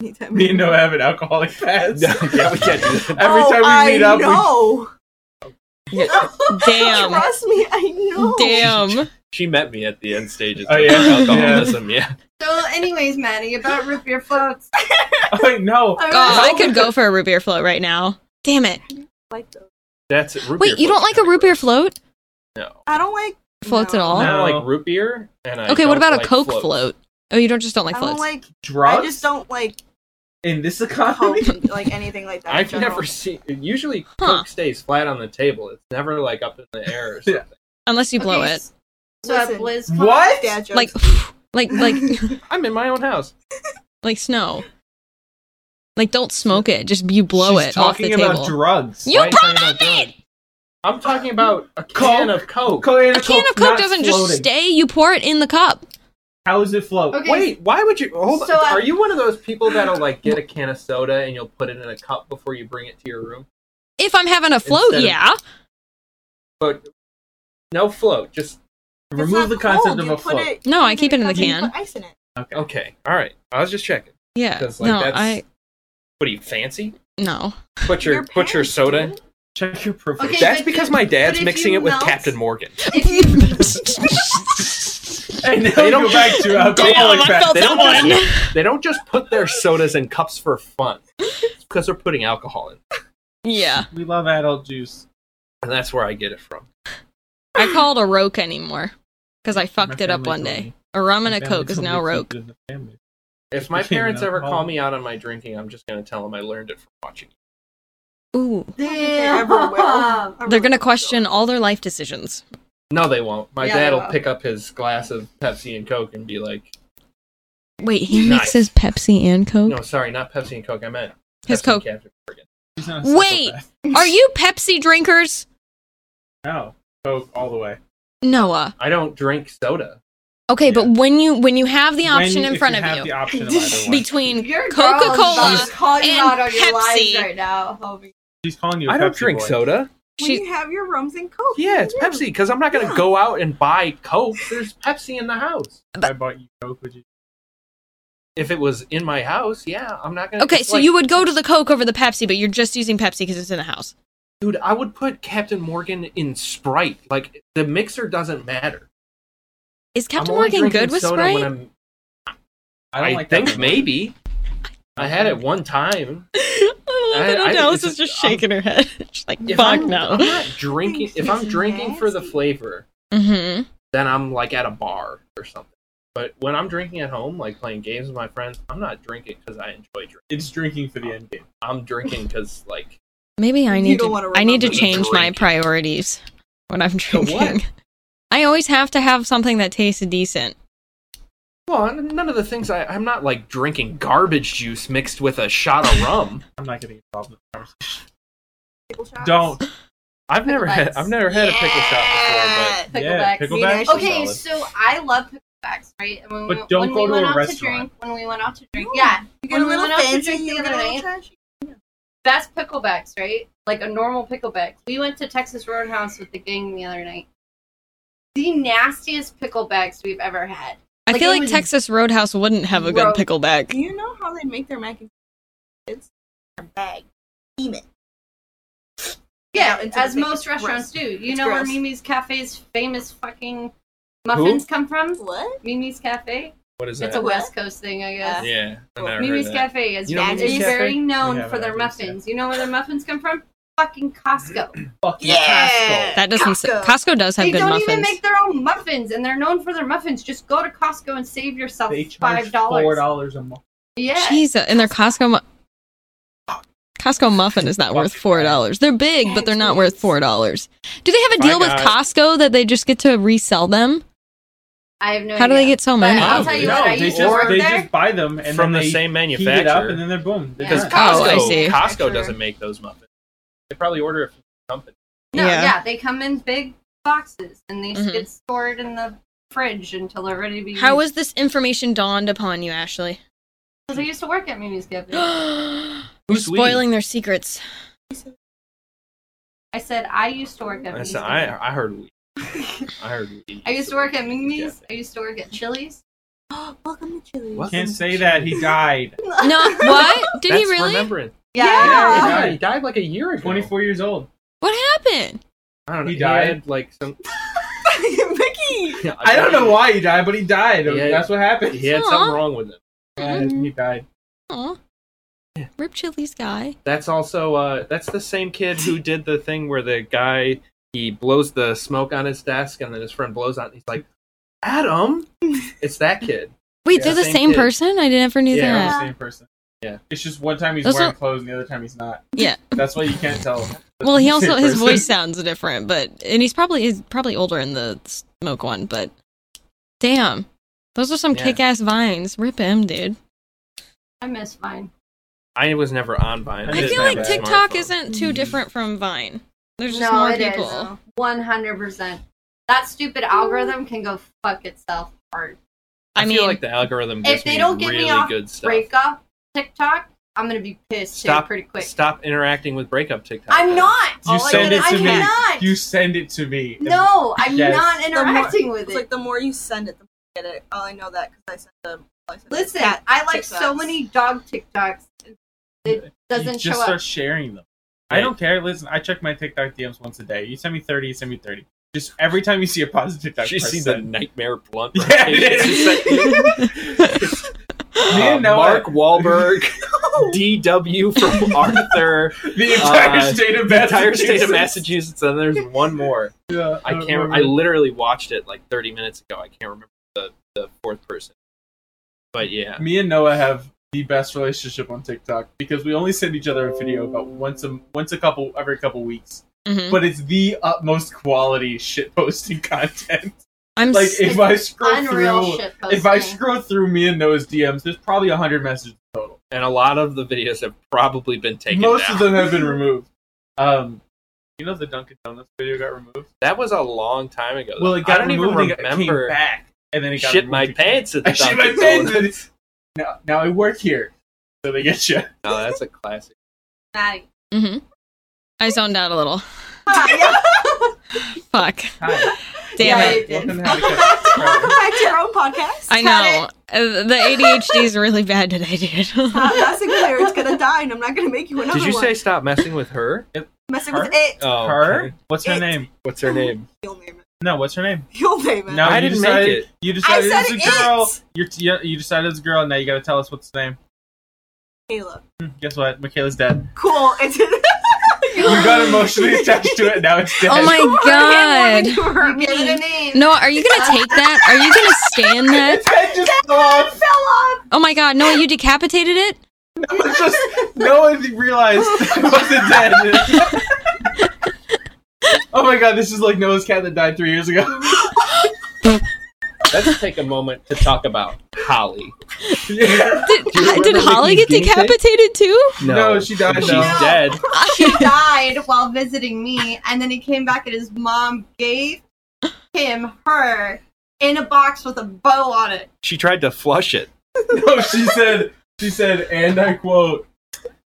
B: Anytime
F: Me and Noah have an alcoholic past.
A: yeah, we can't do that.
F: Every
B: Oh,
F: time we
B: I
F: meet up, we-
B: know.
C: Damn.
B: Trust me, I know.
C: Damn.
A: She met me at the end stages
F: Oh,
A: of
F: yeah.
A: alcoholism. Yeah.
E: So, anyways, Maddie, about root beer floats.
F: [laughs] I know.
C: Oh, I could go for a root beer float right now. Damn it.
B: Like those.
A: that's it. Root
C: Wait,
A: beer
C: you don't
A: float's
C: like a root beer
A: kinda
C: float?
B: I don't like
C: Floats
B: No.
C: at all?
A: gross. I don't
F: No.
A: like root beer, and I
C: Okay,
A: don't
C: what about a
A: like
C: Coke
A: floats.
C: float? Oh, you don't just don't like
B: I
C: floats.
B: don't like.
F: Drugs
B: I just don't Oh. like
F: in this [laughs]
B: home,
F: economy.
B: like anything like that. in
A: I've
B: general.
A: never seen. Usually,
C: Huh.
A: Coke stays flat on the table. It's never like up in the air. [laughs] Or
F: Yeah.
A: something.
C: Unless you blow
E: Okay,
C: it.
E: So at
B: Listen.
F: [laughs]
E: BlizzCon,
F: What?
B: Dad jokes.
C: Like [laughs] like like
A: I'm in my own house.
C: like snow. Like don't smoke it. Just you blow
F: She's
C: it off the
F: talking about
C: table.
F: drugs.
C: you
A: Why are you talking about
C: promote it.
A: I'm talking about a can
F: Coke?
A: of Coke.
F: Cocaine
C: A can of Coke
F: not
C: doesn't
F: floating.
C: just stay. You pour it in the cup.
F: How is it float?
E: Okay.
A: Wait, why would you hold
E: So,
A: on?
E: uh,
A: Are you one of those people that'll like get a can of soda and you'll put it in a cup before you bring it to your room?
C: If I'm having a float,
A: Instead of-
C: yeah.
A: But no float, just
B: It's
F: Remove
B: not
F: the concept
B: cold,
F: of
B: you
F: a
B: put
F: float.
B: it-
C: No,
B: you
C: I keep it
B: put
C: in the
B: you
C: can.
B: Put ice in it.
F: Okay.
A: okay. All right, I was just checking.
C: Yeah.
A: 'Cause, like,
C: no,
A: that's-
C: I
A: What are you fancy?
C: no. [laughs]
A: Put your,
B: Your
A: put your
B: parents
A: soda.
B: do.
A: in?
F: Check your profile.
E: Okay,
A: That's
E: but
A: because
E: if-
A: my
E: but
A: dad's
E: if
A: mixing
E: you
A: it with
E: melt-
A: Captain Morgan.
E: If [laughs] you,
F: [laughs] And now
A: They
F: we
A: don't-
F: go back to
C: Damn,
F: alcoholic
C: I
F: fat.
C: felt
A: They
C: that
A: don't,
C: one.
A: just, they don't just put their sodas in cups for fun. It's because they're putting alcohol in.
C: Yeah.
F: We love adult juice.
A: And that's where I get it from.
C: I call it a roke anymore because I
F: My
C: fucked it up
F: family
C: one
F: told me.
C: day. A rum
F: My
C: and a
F: family
C: coke is
F: told
C: now
F: me it's
C: roke.
F: good in the family.
A: If my
F: Became an
A: parents ever call
F: alcoholic.
A: me out on my drinking, I'm just going to tell them I learned it from watching.
C: Ooh.
B: Damn. Well, I
C: They're
B: really
C: gonna
B: don't.
C: question all their life decisions.
A: No, they won't. My
E: Yeah, they
A: dad will
E: will.
A: pick up his glass of Pepsi and Coke and be like,
C: Wait, he
A: Nice.
C: mixes Pepsi and Coke?
A: no, sorry, not Pepsi and Coke. I meant
C: His
A: Pepsi
C: Coke.
A: and Captain Morgan.
F: She's not a
C: Wait.
F: psychopath.
C: Are you Pepsi drinkers?
F: [laughs] No. Coke all the way.
C: Noah.
A: I don't drink soda.
C: Okay, but when you when you have the
F: When-
C: option
F: if
C: in front
F: you
C: of
F: have
C: you [laughs]
F: the option of either one.
C: between
E: Your
C: Coca-Cola
E: girl's calling you
C: and
E: out on your lies
C: Pepsi.
E: right now. Homie.
F: She's calling you. I
A: I don't drink soda.
B: When
C: She-
B: you have your rums and coke.
A: Yeah, it's Pepsi because I'm not gonna go out and buy Coke. There's Pepsi in the house.
F: I bought you Coke. Would you?
A: If it was in my house, yeah, I'm not gonna.
C: Okay,
A: just,
C: so
A: like-
C: you would go to the Coke over the Pepsi, but you're just using Pepsi because it's in the house.
A: dude, I would put Captain Morgan in Sprite. Like the mixer doesn't matter.
C: Is Captain
A: I'm only
C: Morgan
A: drinking
C: good with
A: soda
C: Sprite?
A: When I'm,
F: I
A: I,
F: don't like
A: think
F: that.
A: maybe. I had it one time.
C: [laughs] I love
A: I-
C: that
A: I-
C: Adele's
A: it's-
C: is just
A: I'm-
C: shaking her head. [laughs] She's like,
A: If
C: fuck
A: I'm,
C: no.
A: I'm [laughs] not drinking. If I'm
B: It's
A: drinking for the
B: nasty.
A: flavor,
C: Mm-hmm.
A: then I'm like at a bar or something. But when I'm drinking at home, like playing games with my friends, I'm not drinking because I enjoy drinking.
F: It's drinking for the end game.
A: I'm drinking because like
C: Maybe I
B: You
C: need
B: don't
C: to.
B: wanna
C: I need to
B: remember
A: the
C: change my
A: drink.
C: priorities when I'm
A: what?
C: drinking. [laughs] I always have to have something that tastes decent.
A: well, n- none of the things I, I'm not like drinking garbage juice mixed with a shot of rum.
F: I'm not getting involved in the conversation.
B: Pickle shots.
F: Don't.
A: [laughs] I've never had I've never had a pickle shot before,
E: Picklebacks.
F: yeah,
B: Maybe I
F: picklebacks.
B: should-
E: Okay, so I love picklebacks, right? And when
F: But don't
E: when
F: go to a
E: out
F: restaurant.
E: drink, when we went out to drink,
B: No.
E: yeah,
B: You get a
E: When we
B: little
E: went out to
B: fancy.
E: drink the
B: You get
E: other
B: a little
E: night.
B: trashy.
E: that's picklebacks, right? Like a normal pickleback. We went to Texas Roadhouse with the gang the other night. The nastiest picklebacks we've ever had.
C: I
E: Like,
C: feel
E: it
C: like
E: was
C: Texas Roadhouse wouldn't have a good
E: gross.
B: Do
C: pickleback.
B: you know how they make their mac and cheese? It's in a bag. Steam it. Yeah,
E: Yeah,
B: it's
E: as
B: amazing.
E: most restaurants do. You
B: It's
E: know where
B: gross.
E: Mimi's Cafe's famous fucking muffins come from?
B: What? [gasps]
E: Mimi's Cafe.
A: but what is
E: It's
A: that?
E: a West Coast thing, I guess.
A: yeah, I've never heard
E: Mimi's
A: of that.
E: Cafe is,
A: You know
E: is
A: Mimi's Cafe?
E: very known
F: We have
E: for
F: it,
E: their
F: I think so.
E: muffins. You know where their muffins come from? Fucking Costco.
F: Fucking
B: Yeah.
C: That doesn't. s-
B: Costco.
C: Costco does have
E: they
C: good
E: don't even
C: muffins.
E: make their own muffins, and they're known for their muffins. Just go to Costco and save yourself
F: They charge
E: five
F: four
E: dollars.
F: dollars a month.
E: Yeah,
C: Jesus, and their Costco. Mu- Costco muffin is not worth four dollars. They're big, but they're not worth four dollars. Do they have a
A: Bye,
C: deal with
A: guys.
C: Costco that they just get to resell them?
E: I have no.
C: How do they
E: idea.
C: get so
E: But
C: many?
E: I'll tell you what. I
F: no, they
E: used
F: just
E: to work
F: they
E: there.
F: just buy them and
A: from
F: then
A: the
F: they
A: same
F: heat it up
A: manufacturer.
F: and then they're boom. They're
A: because
E: Yeah.
F: done.
C: Oh, I
A: Costco,
C: see.
A: Costco
E: Manufacturer.
A: doesn't make those muffins. They probably order it from the company.
E: No,
C: Yeah.
E: yeah. they come in big boxes and they
C: Mhm.
E: get stored in the fridge until they're ready to be.
C: How was
E: used.
C: this information dawned upon you, Ashley?
E: 'Cause I used to work at Mimi's
C: [gasps]
E: Cafe.
C: Who's
A: Who's we?
C: spoiling their secrets?
E: I said I used to work at
A: I,
E: Mimi's.
A: said,
E: Cafe.
A: I, I heard we. I heard we.
E: [laughs] I used to work at Mimi's. I used to work at Chili's.
B: Welcome to Chili's.
A: What?
F: Can't say that he died.
C: [laughs] No, what? Did
A: That's
C: he really?
A: remembrance.
E: Yeah.
B: Yeah.
A: Yeah,
E: Oh.
A: he died like a year ago.
F: Twenty four years old.
C: What happened?
A: I don't know.
F: He
A: He
F: died.
A: died like some. [laughs]
B: [laughs] Vicky!
F: I don't know why he died, but he died.
A: Yeah.
F: That's what happened.
A: He had
C: Aw.
A: something wrong with him.
E: Mm-hmm.
F: And he died.
C: Aw. Rip Chili's guy.
A: That's also uh that's the same kid who did the thing where the guy he blows the smoke on his desk and then his friend blows out he's like, [laughs] Adam It's that kid.
C: Wait,
A: Yeah,
C: they're the same,
A: same kid.
C: person? I never knew
A: Yeah.
F: They're
C: that.
F: the same person.
A: Yeah.
F: It's just one time he's
C: Those
F: wearing
C: are-
F: clothes and the other time he's not.
C: Yeah.
F: That's why you can't
E: [laughs]
F: tell.
C: Well, he
F: Same
C: also his
F: person.
C: voice sounds different, but and he's probably he's probably older in the smoke one, but damn, those are some
A: Yeah.
C: kick-ass vines. Rip him, dude.
E: I miss mine.
A: I was never on Vine.
F: I
C: I
A: didn't
C: feel
A: have
C: like
A: a
C: TikTok
A: smartphone.
C: isn't too different from Vine. There's just
E: Mm-hmm. No,
C: more
E: it
C: people.
E: is one hundred percent. That stupid algorithm can go fuck itself hard.
C: I,
A: I,
C: mean,
A: feel like the algorithm gives
E: If they
A: me
E: don't get me
A: really
E: off
A: good stuff.
E: Break up TikTok. I'm gonna be pissed
A: Stop-
E: too pretty quick.
A: Stop interacting with breakup TikTok.
E: I'm not.
F: You
E: All Oh I
F: send
E: did-
F: it to
E: I'm
F: me.
E: not.
F: You send it to me.
E: No, I'm
F: Yes.
E: not
B: The more-
E: interacting with
B: It's
E: it.
B: like the more you send it, the more you get it. Oh, I know that because I sent them. I sent
E: Listen,
B: cat
E: I like so
B: TikToks.
E: many dog TikToks. It doesn't
F: you just
E: show
F: start
E: up.
F: sharing them. I don't care. Listen, I check my TikTok DMs once a day. You send me thirty, you send me thirty. Just every time you see a positive TikTok,
A: She
F: press
A: sees a
F: send.
A: nightmare blunt.
F: [laughs] Yeah, it Me
A: Uh,
F: and Noah-
A: Mark
E: [laughs]
A: Wahlberg, DW from
F: [laughs]
A: Arthur,
F: [laughs] the entire
A: Uh,
F: state of
A: the entire state of
F: Massachusetts.
A: Massachusetts, and there's one more.
F: Yeah,
A: I
F: don't
A: can't.
F: remember.
A: I literally watched it like 30 minutes ago. I can't remember the, the fourth person. But yeah,
F: me and Noah have the best relationship on TikTok because we only send each other a video about once a once a couple every couple weeks.
A: Mm-hmm.
C: mhm.
F: But it's the utmost quality shit posting [laughs] content.
C: I'm
F: Like
C: s-
F: if I scroll
E: Unreal
F: through
E: shit
A: Oh,
F: if I
E: posting.
F: scroll through me and Noah's DMs, there's probably hundred messages total.
A: and a lot of the videos have probably been taken
F: Most
A: down.
F: of
A: [laughs]
F: them have been removed. Um, you know the Dunkin' Donuts video got removed.
A: that was a long time ago. though.
F: Well, it got
A: I don't even
F: removed and it got-
A: remember.
F: Came back, and then it got
A: shit
F: removed
A: my
F: again.
A: pants at the
F: I [laughs] shit my
A: Dunkin'
F: pants.
A: Donuts.
F: and- Now,
C: Oh,
F: now I work here, so they get you.
A: No, that's a classic.
E: Maddie,
C: mhm. I zoned out a little. [laughs]
B: [laughs] yeah,
C: Fuck.
F: Hi.
C: Damn
B: Yeah,
C: it.
B: you did.
F: Welcome to How to Catch a Predator.
B: back to your own podcast.
C: I know. Uh, The ADHD is really bad today,
E: [laughs]
C: dude.
B: Stop messing with her. It's gonna die, and I'm not gonna make you another
A: Did you
B: one.
A: say stop messing with
C: [laughs]
A: her?
B: messing
F: her?
B: with it?
A: Oh,
F: Her?
A: okay.
F: What's her
B: It-
F: name?
A: What's her name?
B: You'll name it.
F: No, what's her name?
B: You'll name it.
F: No,
A: I
F: you
A: didn't
F: decided,
A: make it.
F: You decided
B: said
F: it's a girl.
B: it.
F: You're, you, you decided it's a girl, and now you gotta tell us what's the name.
B: Caleb.
F: Hmm, Guess what? Michaela's dead.
B: Cool. [laughs] It's
F: You got
B: [laughs]
F: emotionally attached to it, now it's dead.
C: Oh my god.
E: You gave it a name.
C: Noah, are you gonna take that? Are you gonna stand that?
L: Its
E: [laughs]
L: head just fell off.
F: [laughs]
B: fell off.
C: Oh my god, Noah, you decapitated it?
F: It's just no one
C: [laughs]
F: realized it wasn't
B: [laughs]
F: dead. oh my god, this is like Noah's cat that died three years [laughs] ago.
A: Let's take a moment to talk about Holly.
C: Did,
A: you remember
C: did Holly get
A: Mickey's guinea pig?
C: decapitated too?
F: [laughs] No, she died,
A: She's
F: though.
A: dead.
E: He died while visiting me, and then he came back, and his mom gave him her in a box with a bow on it.
A: She tried to flush it.
F: no, she said, she said, and I quote,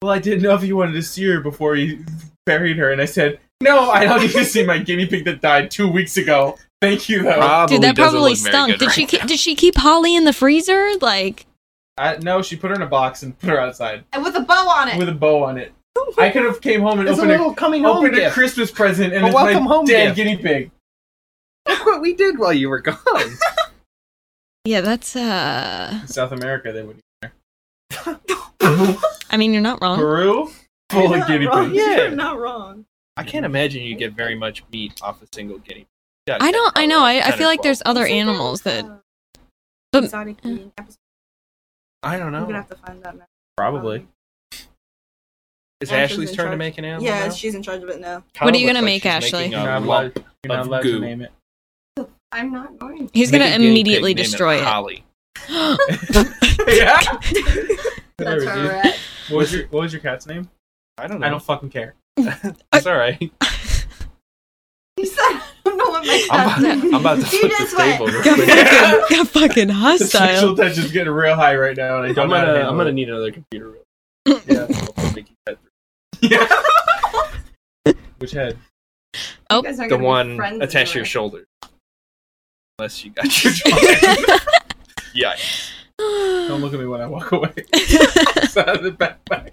F: Well, I didn't know if you wanted to see her before you buried her, and I said, No, I don't need to see my guinea pig that died two weeks ago. Thank you, though.
A: Probably
C: Dude, that
A: doesn't
C: probably
A: look very
C: stunk.
A: good
C: Did
A: right
C: she keep,
A: now.
C: did she keep Holly in the freezer? Like
F: I, no, she put her in a box and put her outside
E: And with a bow on it.
F: with a bow on it. I could have came home and
A: It's a
F: opened a,
A: little coming home
F: opened a
A: gift.
F: Christmas present and
A: A
F: it's my
A: welcome home gift.
F: dead guinea pig.
A: Look what we did while you were gone.
C: yeah, that's uh
F: In South America, they would.
C: I mean you're not wrong.
F: Peru, full of guinea
B: wrong.
F: pigs.
A: Yeah.
B: You're not wrong.
A: [laughs] I can't imagine you get very much meat off a single guinea. pig.
C: I don't I know, I, I
A: 10 or
C: feel like
A: 12.
C: there's other animals that
B: Uh,
C: But-
B: Exotic eating episode.
A: I don't
B: I'm gonna
A: know.
B: have to find that now.
F: Probably.
A: Is
B: Ashley's
A: Ashley's
B: in
A: turn to
B: charge.
A: make an animal?
B: yeah,
A: now?
B: she's in charge of it
E: [laughs]
B: now.
A: Kinda
C: What are you
A: looks like
C: gonna make,
A: she's
C: Ashley?
A: making
F: You're
A: a
F: not
A: lump.
F: allowed, you're not
A: of
F: allowed
A: goo. [laughs]
F: to name it.
E: I'm not going.
C: he's
A: Make
C: gonna
A: a guinea pig,
C: immediately
A: name it
C: destroy [laughs] it.
A: Holly.
F: yeah. There
E: That's
F: we
E: where
F: go.
E: we're at. [laughs]
F: What was your What was your cat's name?
A: I don't know.
F: I don't fucking care.
A: It's all right.
E: He said, I don't know what my
A: I'm about, I'm about to
E: He
A: flip this
E: just went.
A: table. Real [laughs]
C: Got
A: quick.
C: fucking, got fucking [laughs]
F: The
A: [laughs]
C: hostile.
F: sexual tension's getting real high right now, and I
A: I'm
F: don't know.
A: gonna.
F: how to
A: I'm gonna
F: handle
A: need another computer. Real quick. Yeah. I'll make you that.
F: [laughs] it. Which head?
E: You guys aren't
A: the
E: gonna be
A: one
E: friends
A: attached to your
E: anymore.
A: shoulder. Unless you got your yeah. Oh
F: Don't look at me when I walk away. It's out of the backpack.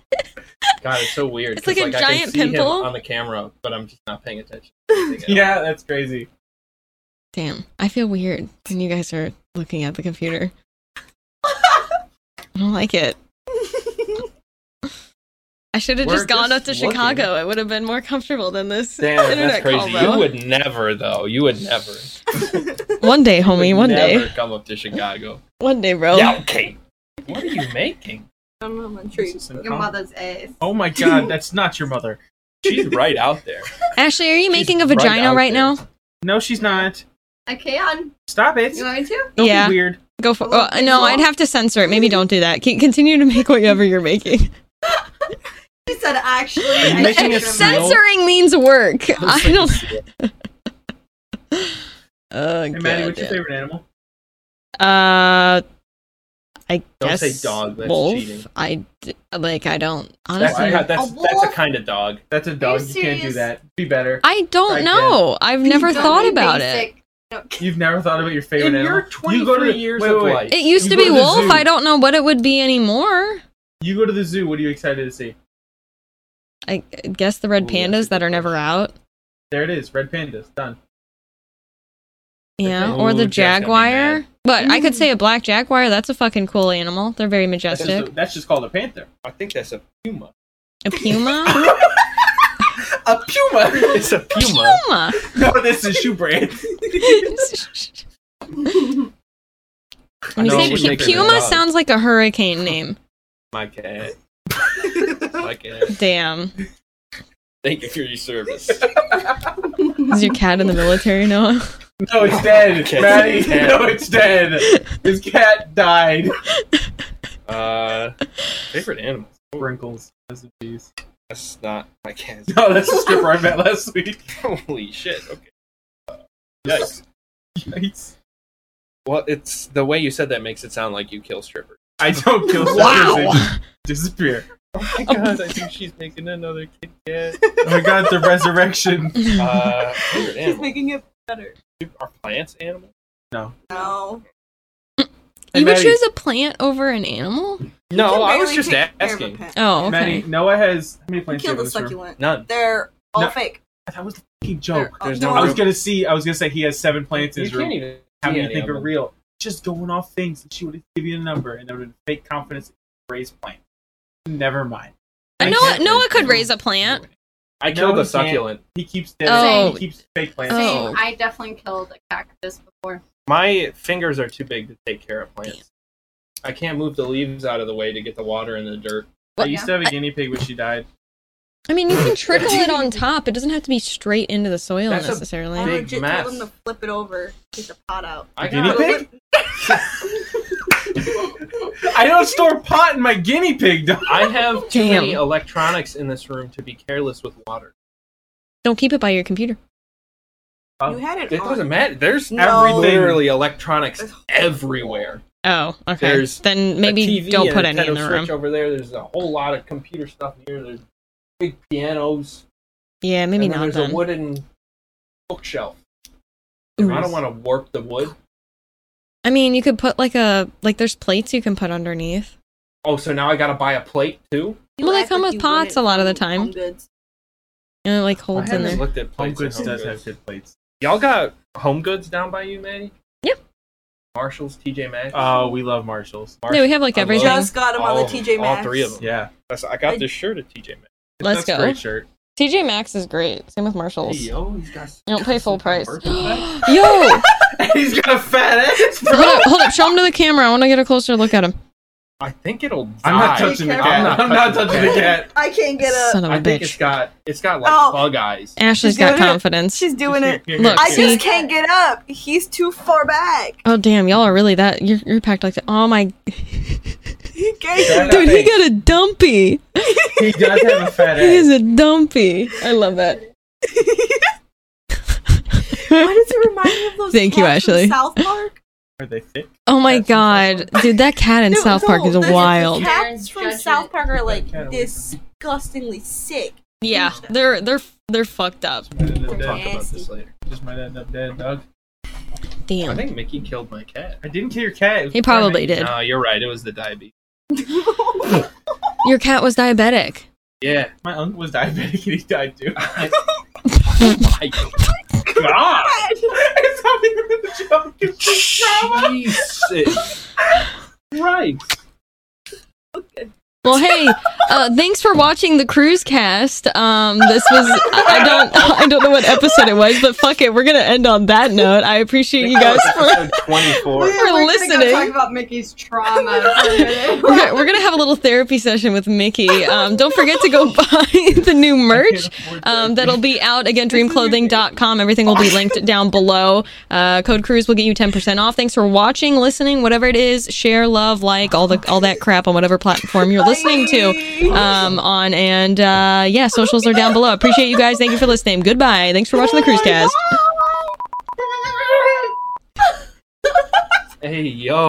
A: God, it's so weird.
C: It's like
A: 'cause,
C: a
A: I can
C: giant
A: see him
C: pimple.
A: on the camera, but I'm just not paying attention. [laughs]
F: Yeah, that's crazy.
C: Damn, I feel weird when you guys are looking at the computer. I don't
A: [laughs]
C: like it. I should have
A: We're
C: just gone up
A: just
C: to
A: looking.
C: Chicago. It would have been more comfortable than this
A: Damn, that's
C: internet
A: crazy.
C: call, though.
A: You would never, though. You would never.
C: One day,
A: You
C: homie.
A: would
C: One
A: never
C: day. Oh.
A: come up to Chicago.
C: One day, bro.
A: Yeah, okay. What are you making?
B: I'm, I'm intrigued.
F: This is
E: Your
F: incom-
E: mother's ass.
F: Oh my god,
E: [laughs]
F: that's not your mother.
A: She's right out there.
C: Ashley, are you making a
A: She's right
C: vagina
A: out
C: right,
A: there.
C: now?
F: No, she's not.
E: I can.
F: Stop it.
E: You want me to?
F: Don't
C: yeah.
F: be weird.
C: Go for.
E: Oh,
C: Oh, no, I'd have to censor it. Maybe don't do that. Keep, continue to make whatever you're making.
E: He said, actually.
F: you
E: I
C: [laughs]
F: making a
E: should've-
F: seal?
C: Censoring means work. I don't. [laughs] Oh,
F: Hey Maddie, what's your
C: goddamn.
F: favorite animal?
C: Uh, I
A: Don't
C: guess
A: say dog, that's
C: wolf.
A: cheating.
C: I d- like. I don't
A: That's,
C: honestly.
A: not, that's, that's
E: A
A: a
E: wolf?
A: kind of dog.
F: That's a dog.
E: you
F: You can't do
E: serious?
F: that. Be better.
C: I don't
F: I
C: know. I've never
E: Don't
C: thought
E: be
C: about it.
E: basic.
F: You've never thought about your favorite
A: In your
F: animal.
A: 23 years of life.
C: It used
F: You
C: to
F: go
C: be
F: to the
C: wolf.
F: zoo.
C: I don't know what it would be anymore.
F: You go to the zoo. What are you excited to see?
C: I guess the red
A: Ooh, that's a
C: pandas that
A: good
C: are never out.
F: There it is. Red pandas. Done.
C: Yeah,
A: pan-
C: or the
A: Ooh, Jeff's gonna be
C: jaguar.
A: mad. Mm.
C: But I could say a black jaguar. That's a fucking cool animal. They're very
F: That's just,
C: majestic.
F: that's just called a panther. [laughs]
A: I think that's a puma.
C: A [laughs] puma.
F: A puma.
A: It's a puma. [laughs]
C: puma.
F: [laughs] no, this is shoe brand.
C: When you
A: know
C: say
A: it wouldn't
C: pu-
A: make me
C: puma,
A: proud.
C: sounds like a hurricane name.
A: My cat. [laughs] My cat.
C: Damn.
A: Thank you for your service.
C: Is your cat in the military, Noah?
F: No, it's [laughs] dead,
A: Okay.
F: Maddie.
A: Yeah.
F: No, it's dead. His cat died.
A: Uh, favorite animal.
F: Wrinkles. That's a piece.
A: That's not my cat. [laughs]
F: No, that's the stripper I met last week.
A: Holy shit. Okay. Uh, yikes.
F: Yikes.
A: Well, it's the way you said that makes it sound like you kill strippers.
F: I don't kill
C: Wow.
F: strippers. They just disappear.
D: Oh my god, I think she's making another Kit Kat.
F: Oh my god, the resurrection.
A: Uh,
B: [laughs]
A: favorite
B: She's
A: animal.
B: making it better.
A: Are plants animals?
B: No.
F: Hey,
C: you would
F: Maddie.
C: choose a plant over an animal?
A: No,
B: You
A: I was
B: barely
A: just
B: take care of a
A: asking.
B: pet.
C: Oh, okay.
F: Maddie, Noah has how many
B: You
F: plants? do you
B: Kill
F: have in
B: the
F: this room?
B: succulent.
A: None.
B: They're all
F: No.
B: fake.
F: That was the fucking
B: They're
F: joke.
B: all-
A: There's no
F: I
B: all-
F: was gonna see. I was gonna say he has seven plants in
A: You
F: his
A: can't
F: room.
A: even.
F: How many
A: see
F: you
A: any
F: think
A: of
F: are
A: them.
F: real? Just going off things. She would give you a number, and that would fake confidence. Raise plant. Never mind.
C: Uh,
F: I
C: Noah
F: can't
C: Noah
F: raise
C: could
F: plants.
C: raise a plant.
A: I killed
F: No,
A: a
F: you can't.
A: succulent.
F: He keeps dead.
C: Oh.
F: He keeps fake plants.
C: Oh.
E: Same, I definitely killed a cactus before.
A: My fingers are too big to take care of plants. I can't move the leaves out of the way to get the water and the dirt.
F: I used to have a guinea pig when she died.
C: I mean, you
A: [laughs]
C: can trickle it on top. It doesn't have to be straight into the soil
A: That's a
B: I
C: necessarily.
A: big
B: legit
A: mess.
B: told him to flip it over, take the pot out.
A: I
F: Guinea
A: got
F: pig? [laughs] I don't store pot in my guinea pig. Dog.
A: I have too
C: Damn.
A: many electronics in this room to be careless with water.
C: Don't keep it by your computer.
B: You had it,
A: Oh, It
B: on.
A: doesn't matter. There's
B: No.
A: every- literally electronics everywhere.
C: Oh, okay.
A: There's
C: then
A: A
C: maybe
A: TV
C: don't
A: and
C: put
A: a
C: any in
A: Nintendo
C: the room.
A: Switch over there. There's a whole lot of computer stuff here. There's big pianos.
C: Yeah, maybe
A: and then
C: not
A: There's
C: then.
A: a wooden bookshelf.
C: Ooh.
A: I don't want to warp the wood.
C: I mean, you could put like a like there's plates you can put underneath.
A: Oh, so now I gotta buy a plate too.
B: You
C: Well, they
B: act
C: come
B: like
C: with
B: you
C: pots a
B: wouldn't
C: lot of the
B: eat
C: time.
B: home goods.
C: And it like holds
F: I
C: in
A: haven't
C: there.
A: looked at
F: Home
A: plates. in
F: Goods
A: Home
F: does
A: Goods.
F: have good plates.
A: Y'all got Home Goods down by you, Manny?
C: Yeah.
A: Marshalls, TJ Maxx.
F: Oh, we love Marshalls.
C: Yeah, we have like
A: I love-
C: everything.
B: Just got him
A: All
B: on
A: of
B: the
A: them.
B: TJ
A: All
B: Maxx.
A: three
B: [laughs]
A: of them.
F: Yeah,
A: That's- I got
B: I-
A: this shirt at TJ Maxx.
C: Let's
F: That's a
C: go.
F: Great shirt.
C: TJ Maxx is great. Same with Marshalls.
A: Hey, yo, he's got.
C: You don't pay full
A: [laughs]
C: price. Yo,
A: Burger King.
C: hold
F: [laughs] He's got a fat ass. Bro.
C: up, hold up. Show him to the camera. I want to get a closer look at him.
A: I think it'll. Die.
F: I'm not
B: Guys.
F: touching the
B: I'm
F: cat.
A: not
F: I'm not
A: touching
F: touching the cat.
B: I can't get up.
C: Son of a
A: I think it's
C: bitch.
A: got. It's got like
B: Oh.
A: bug eyes.
C: Ashley's
B: She's
C: got
B: doing it.
C: confidence.
B: She's
A: [laughs]
B: doing it.
C: Look,
B: I
C: see?
B: just can't get up. He's too far back. [laughs]
C: Oh damn, y'all are really that. You're, you're packed like that. Oh my,
B: He can't
F: Yeah.
B: get up.
C: dude, he got a dumpy.
F: He does have
C: [laughs]
F: a fat
C: He is a
F: ass.
C: dumpy. I love that.
B: [laughs] Why does it remind me of those
C: Thank you,
B: cats from
C: Ashley.
B: South Park?
F: Are they thick?
C: Oh my
F: That's from
C: god, dude, that cat in
B: No,
C: South Park
B: no,
C: is
B: the- the
C: wild.
B: cats from
E: Judgment.
B: South Park are like
F: Cat.
B: disgustingly sick.
C: Yeah, they're they're they're fucked up.
F: Might end up
A: We'll talk
F: dead.
A: about this later.
F: Just might end up dead, dog.
A: I
C: Damn,
A: think Mickey killed my cat.
F: I didn't kill your cat. It was
C: he
F: before I
C: probably
F: met you.
C: did.
A: No, you're right. It was the diabetes.
C: Your cat was diabetic.
A: Yeah.
F: My uncle was diabetic and he died [laughs] too.
A: My God.
F: it's not even a joke. It's just trauma.
A: Jesus. right.
C: Well, hey, uh, thanks for watching the cruise cast. Um, this was I, I don't [laughs] I don't know what episode it was, but fuck it, we're gonna end on that note. I appreciate you guys for.
A: Episode
F: [laughs]
A: 24.
E: We're gonna
C: listening.
E: Go talk about Mickey's trauma for a minute.
C: [laughs] We're gonna, we're gonna have a little therapy session with Mickey. Um, don't forget to go [laughs] buy the new merch. Um, that'll be out again, dreamclothing.com. Everything will be linked down below. Uh, Code Cruise will get you 10% off. Thanks for watching, listening, whatever it is. Share, love, like, all the all that crap on whatever platform you're listening to um, on. And uh, yeah, socials are down below. Appreciate you guys. Thank you for listening. Goodbye. Thanks for watching the Cruise Cast. [laughs]
A: Hey, yo.